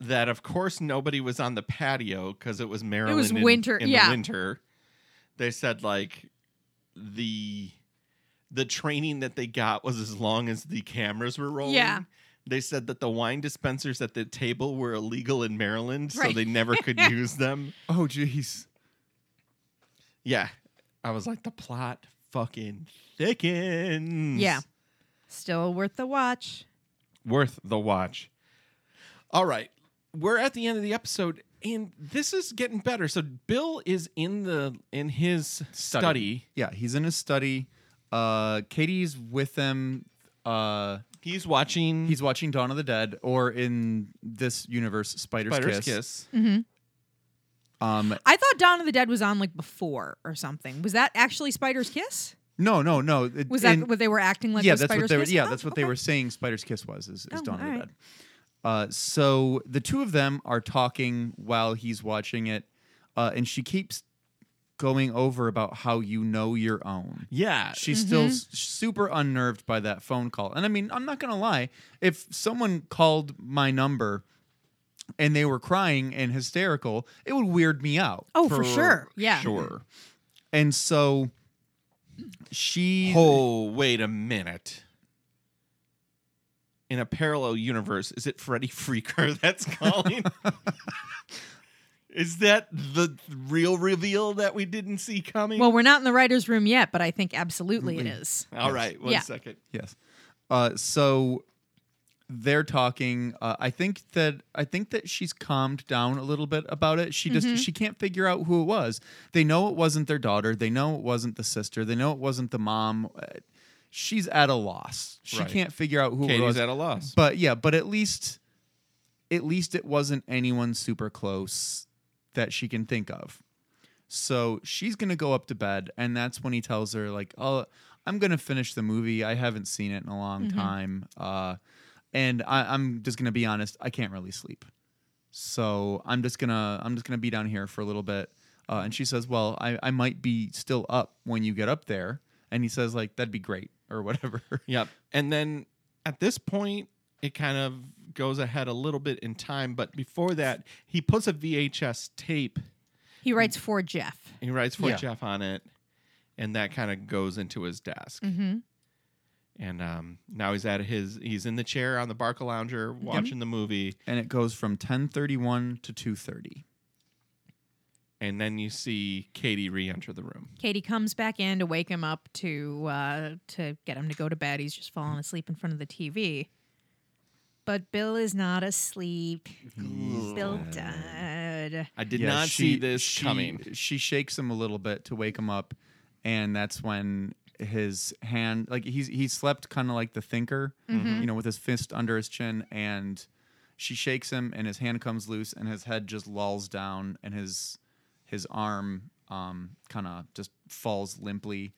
Speaker 2: that, of course, nobody was on the patio because it was Maryland. in-
Speaker 3: winter,
Speaker 2: In
Speaker 3: yeah.
Speaker 2: the winter, they said like the the training that they got was as long as the cameras were rolling.
Speaker 3: Yeah.
Speaker 2: They said that the wine dispensers at the table were illegal in Maryland, so
Speaker 3: Right.
Speaker 2: they never
Speaker 3: [laughs]
Speaker 2: could use them.
Speaker 4: Oh jeez.
Speaker 2: Yeah. I was like, the plot fucking thickens.
Speaker 3: Yeah. Still worth the watch.
Speaker 2: Worth the watch. All right. We're at the end of the episode and this is getting better. So Bill is in the in his study.
Speaker 4: Yeah, he's in his study. Uh, Katie's with them. Uh,
Speaker 2: He's watching
Speaker 4: he's watching Dawn of the Dead, or in this universe, Spider's,
Speaker 2: Spider's
Speaker 4: Kiss.
Speaker 2: Kiss.
Speaker 4: Um,
Speaker 3: I thought Dawn of the Dead was on like before or something. Was that actually Spider's Kiss?
Speaker 4: no, no, no. it-
Speaker 3: Was that
Speaker 4: in-
Speaker 3: what they were acting like?
Speaker 4: yeah,
Speaker 3: was
Speaker 4: that's
Speaker 3: Spider's
Speaker 4: what they were.
Speaker 3: Kiss?
Speaker 4: Yeah,
Speaker 3: Oh,
Speaker 4: that's what
Speaker 3: okay.
Speaker 4: they were saying. Spider's Kiss was is, is
Speaker 3: Oh,
Speaker 4: Dawn of the
Speaker 3: alright.
Speaker 4: Dead. Uh, so the two of them are talking while he's watching it, uh, and she keeps going over about how you know your own.
Speaker 2: Yeah.
Speaker 3: Mm-hmm.
Speaker 4: She's still s- super unnerved by that phone call. And I mean, I'm not going to lie. If someone called my number and they were crying and hysterical, it would weird me out.
Speaker 3: Oh, for, sure. Yeah.
Speaker 4: Sure. And so she.
Speaker 2: Oh, wait a minute. In a parallel universe, is it Freddy Freaker [laughs] that's calling? is that the real reveal that we didn't see coming?
Speaker 3: Well, we're not in the writer's room yet, but I think absolutely it is.
Speaker 2: All right, one
Speaker 3: Yeah.
Speaker 2: second.
Speaker 4: Yes. Uh, so they're talking. Uh, I think that I think that she's calmed down a little bit about it. She
Speaker 2: Mm-hmm.
Speaker 4: just she can't figure out who it was. They know it wasn't their daughter. They know it wasn't the sister. They know it wasn't the mom. Uh, She's at a loss. She
Speaker 2: Right.
Speaker 4: can't figure out who it
Speaker 2: Katie's
Speaker 4: was.
Speaker 2: at a loss.
Speaker 4: but yeah, but at least at least it wasn't anyone super close that she can think of. So she's gonna go up to bed, and that's when he tells her, like, "Oh, I'm gonna finish the movie. I haven't seen it in a long time, uh, and I, I'm just gonna be honest. I can't really sleep, so I'm just gonna I'm just gonna be down here for a little bit." Uh, and she says, "Well, I, I might be still up when you get up there." And he says, "Like that'd be great, or whatever." [laughs]
Speaker 2: Yep. And then at this point, it kind of goes ahead a little bit in time. But before that, he puts a VHS tape.
Speaker 3: He writes for Jeff.
Speaker 2: He writes for
Speaker 4: Yeah. Mm-hmm.
Speaker 2: Jeff on it, and that kind of goes into his desk. And um, now he's at his he's in the chair on the Barca lounger watching the movie,
Speaker 4: and it goes from 10:31 to 2:30.
Speaker 2: and then you see Katie re-enter the room.
Speaker 3: Katie comes back in to wake him up to uh, to get him to go to bed. He's just falling asleep in front of the TV. But Bill is not asleep. He's Bill died.
Speaker 2: I did
Speaker 4: Yeah,
Speaker 2: not
Speaker 4: she-
Speaker 2: see this
Speaker 4: she-
Speaker 2: coming.
Speaker 4: She shakes him a little bit to wake him up, and that's when his hand, like he's he slept kind of like the thinker, you know, with his fist under his chin, and she shakes him, and his hand comes loose, and his head just lolls down, and his his arm um kind of just falls limply,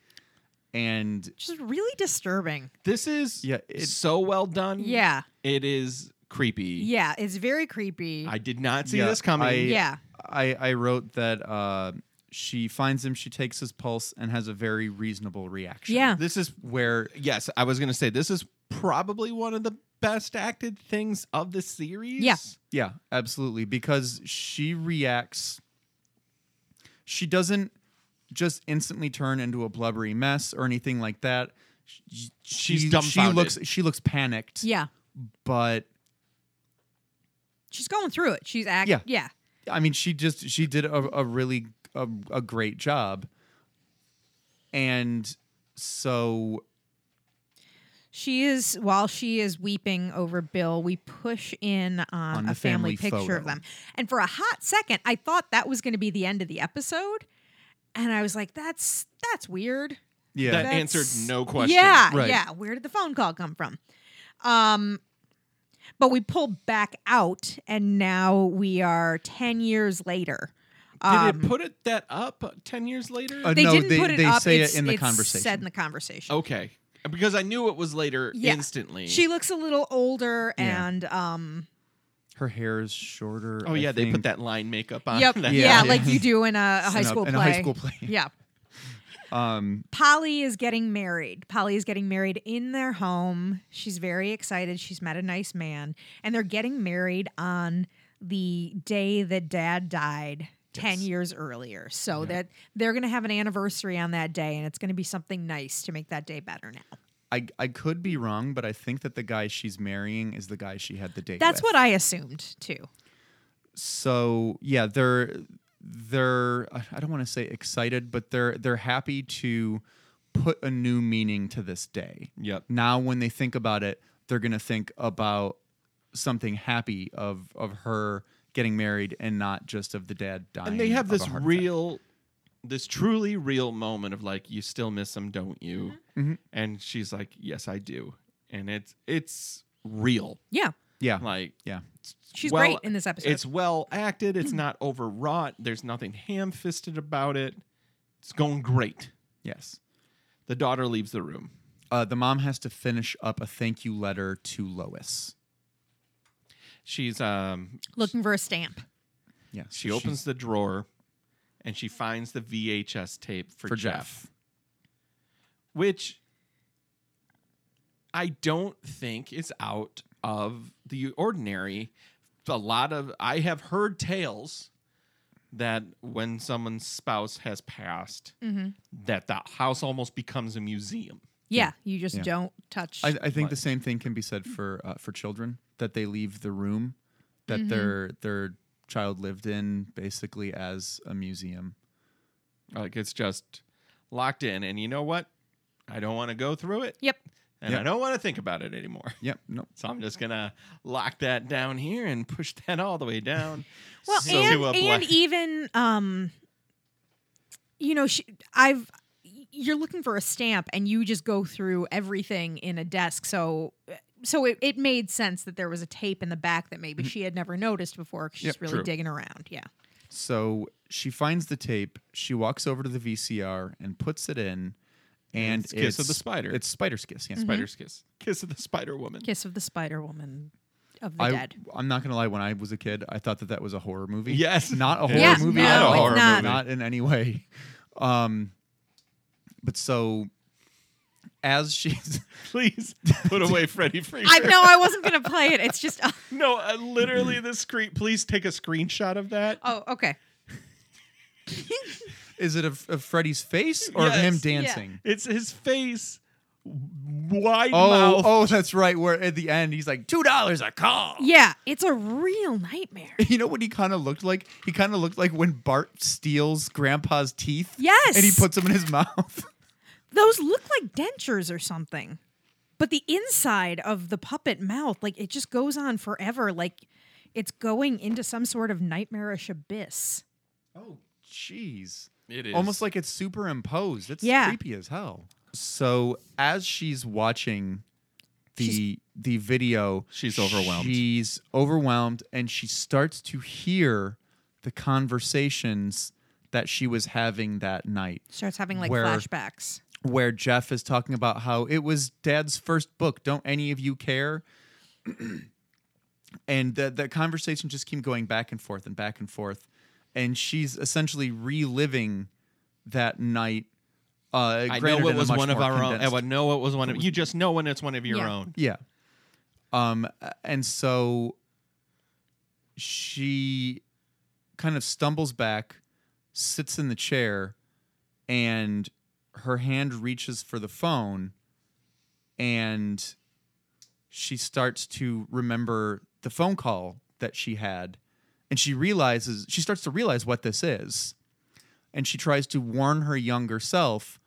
Speaker 4: and
Speaker 3: Which is really disturbing.
Speaker 2: This is
Speaker 4: Yeah, it-
Speaker 2: so well done.
Speaker 3: Yeah.
Speaker 2: it is creepy.
Speaker 3: Yeah, it's very creepy.
Speaker 2: I did not see
Speaker 4: Yeah,
Speaker 2: this coming.
Speaker 4: I-
Speaker 3: yeah.
Speaker 4: I I wrote that uh she finds him, she takes his pulse, and has a very reasonable reaction.
Speaker 3: Yeah.
Speaker 2: [laughs] This is
Speaker 4: Where
Speaker 2: yes, I was gonna say this is probably one of the best acted things of the series.
Speaker 3: Yeah.
Speaker 4: Yeah, absolutely. Because she reacts. She doesn't just instantly turn into a blubbery mess or anything like that. She,
Speaker 2: She's
Speaker 4: she-
Speaker 2: dumbfounded.
Speaker 4: She looks. She looks panicked.
Speaker 3: Yeah.
Speaker 4: But
Speaker 3: She's going through it. She's acting.
Speaker 4: Yeah.
Speaker 3: Yeah. yeah.
Speaker 4: I mean, she just she did a, a really a, a great job. And so
Speaker 3: She is while she is weeping over Bill, we push in on,
Speaker 4: On
Speaker 3: a
Speaker 4: the
Speaker 3: family,
Speaker 4: family
Speaker 3: picture of
Speaker 4: photo.
Speaker 3: them. And for a hot second, I thought that was going to be the end of the episode. And I was like, that's that's weird.
Speaker 4: yeah,
Speaker 2: That-
Speaker 3: That's-
Speaker 2: answered no question.
Speaker 3: Yeah,
Speaker 4: Right.
Speaker 3: yeah. Where did the phone call come from? Um but we pulled back out and now we are 10 years later.
Speaker 2: Did it put it that up ten years later?
Speaker 4: Uh,
Speaker 3: um, They
Speaker 4: no,
Speaker 3: didn't
Speaker 4: they,
Speaker 3: put it
Speaker 4: they
Speaker 3: up.
Speaker 4: say
Speaker 3: it's-
Speaker 4: it in the
Speaker 3: it's
Speaker 4: conversation.
Speaker 3: Said in the conversation.
Speaker 2: okay, because I knew it was later
Speaker 3: Yeah.
Speaker 2: instantly.
Speaker 3: She looks a little older
Speaker 4: Yeah.
Speaker 3: and um
Speaker 4: Her hair is shorter.
Speaker 2: Oh
Speaker 4: I
Speaker 2: yeah, they
Speaker 4: think.
Speaker 2: put that line makeup on.
Speaker 3: Yep.
Speaker 2: Uh, [laughs] That-
Speaker 3: yeah,
Speaker 4: Yeah.
Speaker 3: like you do in a, a high
Speaker 4: In a-
Speaker 3: school play.
Speaker 4: in a high school play.
Speaker 3: Yeah.
Speaker 4: [laughs] Um,
Speaker 3: Polly is getting married. Polly is getting married in their home. She's very excited. She's met a nice man, and they're getting married on the day that Dad died. 10 years earlier. So that they're going to have an anniversary on that day and it's going to be something nice to make that day better now.
Speaker 4: I, I could be wrong, but I think that the guy she's marrying is the guy she had the date.
Speaker 3: That's
Speaker 4: with.
Speaker 3: what I assumed too.
Speaker 4: So yeah, they're they're I don't want to say excited, but they're they're happy to put a new meaning to this day.
Speaker 2: Yep.
Speaker 4: Now when they think about it, they're gonna think about something happy of of her getting married and not just of the dad dying.
Speaker 2: And they have
Speaker 4: of a
Speaker 2: this
Speaker 4: heart attack.
Speaker 2: real, this truly real moment of like, you still miss him, don't you?
Speaker 3: Mm-hmm.
Speaker 2: And she's like, yes, I do. And it's it's real.
Speaker 3: Yeah.
Speaker 4: yeah
Speaker 2: Like
Speaker 4: yeah
Speaker 3: She's
Speaker 2: well-
Speaker 3: great in this episode. Hmm.
Speaker 2: It's well acted. It's not overwrought. There's nothing ham fisted about it. It's going great.
Speaker 4: yes.
Speaker 2: The daughter leaves the room.
Speaker 4: Uh, the mom has to finish up a thank you letter to Lois.
Speaker 2: She's um
Speaker 3: Looking for a stamp.
Speaker 4: Yes,
Speaker 2: she opens the drawer and she finds the VHS tape for,
Speaker 4: for
Speaker 2: Jeff.
Speaker 4: Jeff.
Speaker 2: which I don't think is out of the ordinary. A lot of I have heard tales that when someone's spouse has passed,
Speaker 3: Mm-hmm.
Speaker 2: that the house almost becomes a museum.
Speaker 3: Yeah. You just
Speaker 4: Yeah.
Speaker 3: don't touch.
Speaker 4: I, I think the same thing can be said for uh, for children that they leave the room that
Speaker 3: Mm-hmm.
Speaker 4: their their child lived in basically as a museum.
Speaker 2: Like it's just locked in, and you know what? I don't want to go through it,
Speaker 3: yep.
Speaker 2: and I
Speaker 4: Yep.
Speaker 2: don't want to think about it anymore. [laughs]
Speaker 4: Yep. No.
Speaker 2: So I'm just gonna lock that down here and push that all the way down.
Speaker 3: [laughs] Well,
Speaker 2: So-
Speaker 3: and, e-,
Speaker 2: to a
Speaker 3: and
Speaker 2: black-
Speaker 3: even um, you know, she, I've you're looking for a stamp, and you just go through everything in a desk. So, so it, it made sense that there was a tape in the back that maybe she had never noticed before. 'cause she's
Speaker 4: Mm-hmm. Yep,
Speaker 2: true.
Speaker 3: really digging around. Yeah,
Speaker 4: So she finds the tape. She walks over to the VCR and puts it in, and
Speaker 2: It's Kiss of the
Speaker 4: it's-
Speaker 2: Spider.
Speaker 4: It's spider's kiss. Yeah.
Speaker 3: Mm-hmm.
Speaker 2: Spider's kiss, kiss of the Spider Woman.
Speaker 3: kiss of the Spider Woman of the
Speaker 4: I,
Speaker 3: dead.
Speaker 4: I'm not gonna lie. When I was a kid, I thought that that was a horror movie.
Speaker 2: Yes.
Speaker 4: not a horror
Speaker 3: Yeah, no,
Speaker 4: movie. at
Speaker 3: it's
Speaker 4: all.
Speaker 3: not.
Speaker 4: not in any way. [laughs] Um, but so as she's
Speaker 2: [laughs] Please put away Freddy Freezer.
Speaker 3: I know I wasn't gonna play it. It's just [laughs] oh,
Speaker 2: No, uh, literally the screen. Please take a screenshot of that.
Speaker 3: oh okay.
Speaker 4: Is it of, of Freddy's face or
Speaker 2: Yes.
Speaker 4: of him
Speaker 2: Yeah.
Speaker 4: dancing?
Speaker 2: It's his face wide
Speaker 4: Oh,
Speaker 2: mouth.
Speaker 4: oh, that's right. Where at the end he's like two dollars a call.
Speaker 3: Yeah, it's a real nightmare.
Speaker 4: You know what he kind of looked like? He kind of looked like when Bart steals Grandpa's teeth.
Speaker 3: Yes.
Speaker 4: and he puts them in his [laughs] mouth.
Speaker 3: Those look like dentures or something. But the inside of the puppet mouth, like it just goes on forever. Like it's going into some sort of nightmarish abyss.
Speaker 4: Oh, jeez.
Speaker 2: It is.
Speaker 4: Almost like it's superimposed. It's
Speaker 3: Yeah.
Speaker 4: creepy as hell. So as she's watching the the video,
Speaker 2: She's overwhelmed.
Speaker 4: She's overwhelmed and she starts to hear the conversations that she was having that night
Speaker 3: Starts having like
Speaker 4: Where-
Speaker 3: flashbacks.
Speaker 4: where Jeff is talking about how it was dad's first book. Don't any of you care? [clears throat] and the, the conversation just keep going back and forth and back and forth. And she's essentially reliving that night. Uh,
Speaker 2: I
Speaker 4: granted
Speaker 2: know
Speaker 4: in
Speaker 2: it
Speaker 4: a
Speaker 2: was
Speaker 4: much
Speaker 2: one of
Speaker 4: more
Speaker 2: our own. I
Speaker 4: condensed-
Speaker 2: would know it was one of you. Just know when it's one of your
Speaker 3: Yeah.
Speaker 2: own.
Speaker 4: Yeah. Um, and so she kind of stumbles back, sits in the chair, and her hand reaches for the phone, and she starts to remember the phone call that she had, and she realizes she starts to realize what this is, and she tries to warn her younger self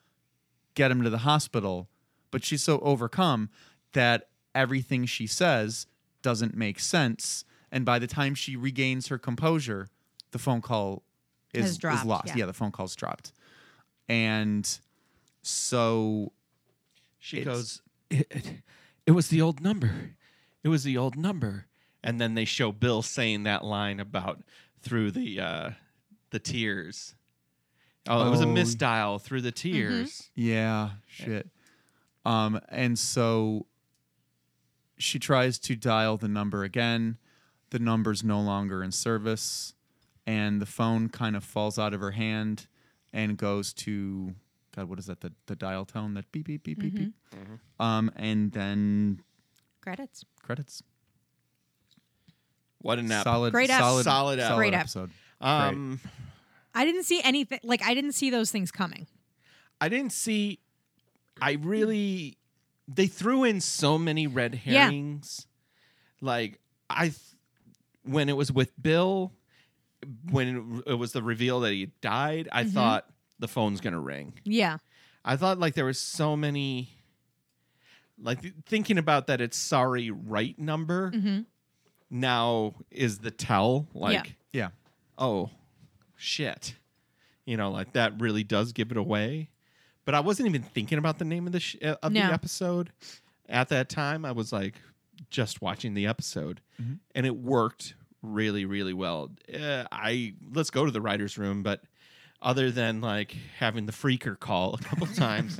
Speaker 4: get him to the hospital. But she's so overcome that everything she says doesn't make sense. And by the time she regains her composure, the phone call is,
Speaker 3: Has
Speaker 4: is
Speaker 3: dropped,
Speaker 4: lost.
Speaker 3: yeah.
Speaker 4: yeah, the phone call's dropped. And so
Speaker 2: She
Speaker 4: It's-
Speaker 2: goes, it, it, it was the old number. It was the old number. And then they show Bill saying that line about through the uh, the tears. Oh, Mm-hmm. it was a
Speaker 4: Oh.
Speaker 2: misdial through the tears.
Speaker 4: Yeah, shit. Um, and so she tries to dial the number again. The number's no longer in service, and the phone kind of falls out of her hand and goes to God. What is that? The the dial tone that beep beep beep beep beep. Um, and then
Speaker 3: Credits.
Speaker 4: credits.
Speaker 2: What an app.
Speaker 4: Solid,
Speaker 3: Great ep-
Speaker 4: solid,
Speaker 2: Solid ep.
Speaker 3: Great ep.
Speaker 4: episode.
Speaker 2: Um,
Speaker 3: I didn't see anything like I didn't see those things coming.
Speaker 2: I didn't see. I really. They threw in so many red
Speaker 3: Yeah.
Speaker 2: herrings. Like I, th- when it was with Bill, when it was the reveal that he died, I thought the phone's gonna ring.
Speaker 3: Yeah.
Speaker 2: I thought like there was so many like th- thinking about that it's sorry right number now is the tell like
Speaker 4: Yeah.
Speaker 2: oh shit you know like that really does give it away but I wasn't even thinking about the name of the sh- uh, of
Speaker 3: No.
Speaker 2: the episode at that time I was like just watching the episode
Speaker 4: Mm-hmm.
Speaker 2: and it worked really really well uh, I let's go to the writers room but other than like having the freaker call a
Speaker 4: [laughs]
Speaker 2: couple times.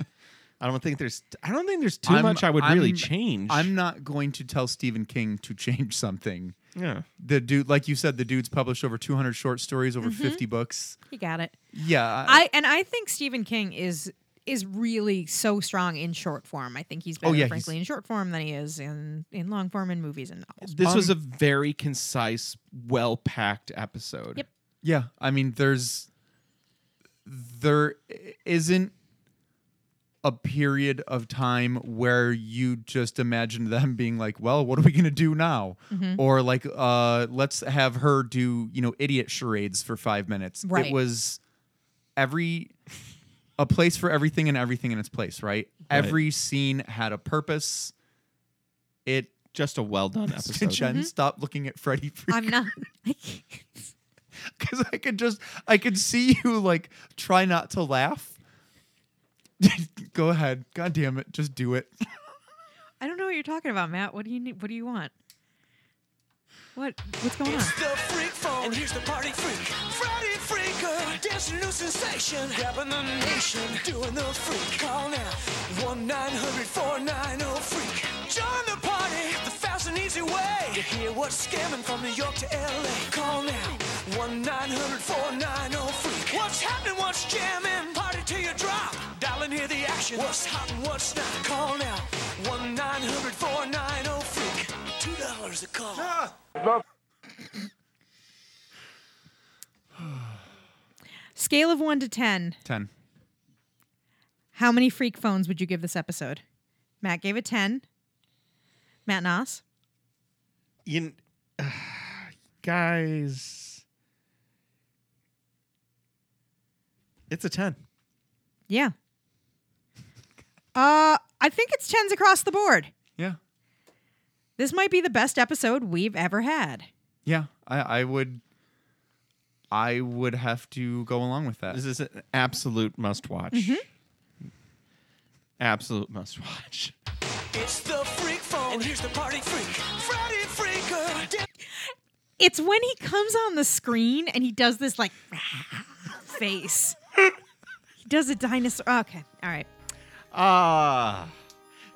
Speaker 2: I don't think there's I don't think there's too
Speaker 4: I'm-
Speaker 2: much I would really
Speaker 4: I'm-
Speaker 2: change.
Speaker 4: I'm not going to tell Stephen King to [laughs] change something.
Speaker 2: yeah.
Speaker 4: the dude like you said the dude's published over 200 short stories over 50 books
Speaker 3: You got it.
Speaker 4: yeah
Speaker 3: Mm-hmm. I and I think Stephen King is is really so strong in short form. I think he's better,
Speaker 4: Oh, yeah,
Speaker 3: frankly, in short form than he is in in long form in movies and novels.
Speaker 2: This was a very concise, well packed episode.
Speaker 3: Yep.
Speaker 4: yeah i mean there's there i- isn't a period of time where you just imagine them [laughs] being like well what are we going to do now
Speaker 3: Mm-hmm.
Speaker 4: or like uh let's have her do you know idiot charades for 5 minutes
Speaker 3: Right.
Speaker 4: it was every a place for everything and everything in its place right, every scene had a purpose it
Speaker 2: Just a well done
Speaker 4: Can
Speaker 2: episode.
Speaker 4: Jen stop looking at Freddy [laughs]
Speaker 3: I'm not. [laughs]
Speaker 4: because I could just I could see you like try not to laugh. [laughs] Go ahead, God damn it, just do it.
Speaker 3: I don't know what you're talking about, Matt. What do you need? What do you want? What what's going on?
Speaker 6: It's the freak phone. And here's the party freak. Freddy Freaker. Dancing new sensation. Dapping the nation. Doing the freak. Call now. 1 900 490 freak. Join the party. The fast and easy way. To hear what's scamming from New York to LA. Call now. 1 900 490 freak. What's happening? What's jamming? Party till you drop. Dial and hear the action. What's hot and what's not? Call now. 1 900 490 freak. $2 a call.
Speaker 3: Scale of one to ten.
Speaker 4: Ten.
Speaker 3: How many freak phones would you give this episode? Matt gave it 10. Matt Noss.
Speaker 2: You, kn- [sighs] guys, it's a ten.
Speaker 3: Yeah. Uh, I think it's 10s across the board.
Speaker 4: Yeah.
Speaker 3: This might be the best episode we've ever had.
Speaker 4: Yeah. I, I would. I would have to go along with that.
Speaker 2: This is an absolute must watch. Mm-hmm. Absolute must watch.
Speaker 6: It's the freak phone. And here's the party freak, Freddy Freaker. Dance
Speaker 3: It's when he comes on the screen and he does this like [laughs] face. he does a dinosaur. Okay. All right.
Speaker 2: Ah.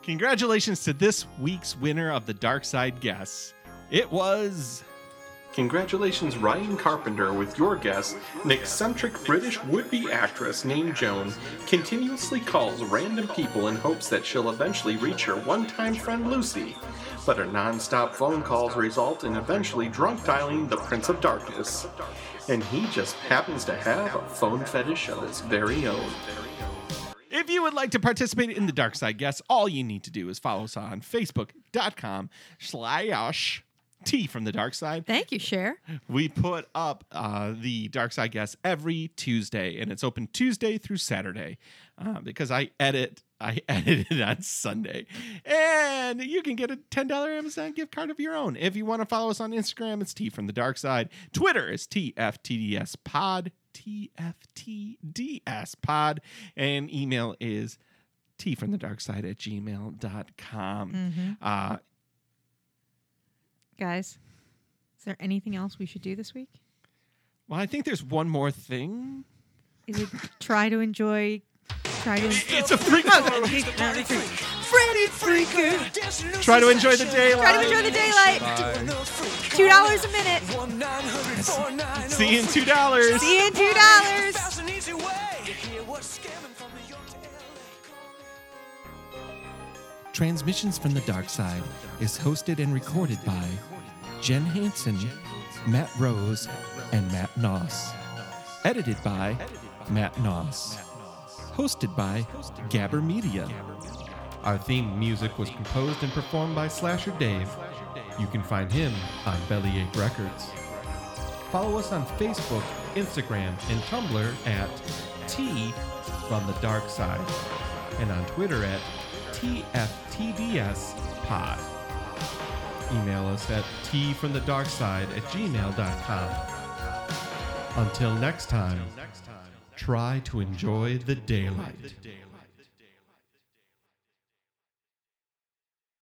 Speaker 2: Congratulations to this week's winner of the Dark Side Guess. It was.
Speaker 1: Congratulations, Ryan Carpenter, with your guess. An eccentric British would be actress named Joan continuously calls random people in hopes that she'll eventually reach her one time friend Lucy. But her non stop phone calls result in eventually drunk dialing the Prince of Darkness. And he just happens to have a phone fetish of his very own.
Speaker 2: If you would like to participate in the Dark Side Guess, all you need to do is follow us on Facebook.com slash T from the Dark Side.
Speaker 3: Thank you, Cher.
Speaker 2: We put up uh, the Dark Side Guess every Tuesday, and it's open Tuesday through Saturday uh, because I edit. I [laughs] edit it on Sunday, and you can get a ten dollar Amazon gift card of your own if you want to follow us on Instagram. It's T from the Dark Side. Twitter is TFTDS Pod. TFTDS Pod, and email is T from the dark side at gmail.com. Uh,
Speaker 3: Guys, is there anything else we should do this week?
Speaker 2: well, I think there's one more thing
Speaker 3: Is it try to enjoy, try to enjoy.
Speaker 2: It's a freak.
Speaker 6: party freak,
Speaker 3: Freddy Freaker.
Speaker 6: dance to new
Speaker 2: Try to enjoy the
Speaker 6: sensations.
Speaker 2: daylight.
Speaker 3: Try to enjoy the daylight.
Speaker 6: Doing the freak.
Speaker 3: Two dollars a minute.
Speaker 6: One nine hundred four nine. oh
Speaker 2: See you in two dollars.
Speaker 3: See you in two dollars.
Speaker 6: Fast and easy way to hear what's scamming from New York to LA.
Speaker 2: Transmissions from the Dark Side is hosted and recorded by Jen Hansen, Matt Rose, and Matt Noss. Edited by Matt Noss. Hosted by Gabber Media.
Speaker 8: Our theme music was composed and performed by Slasher Dave. You can find him on Bellyache Records. Follow us on Facebook, Instagram, and Tumblr at T from the Dark Side, and on Twitter at TFTDS Pod. Email us at T from the Dark Side at gmail.com. Until next time, try to enjoy the daylight.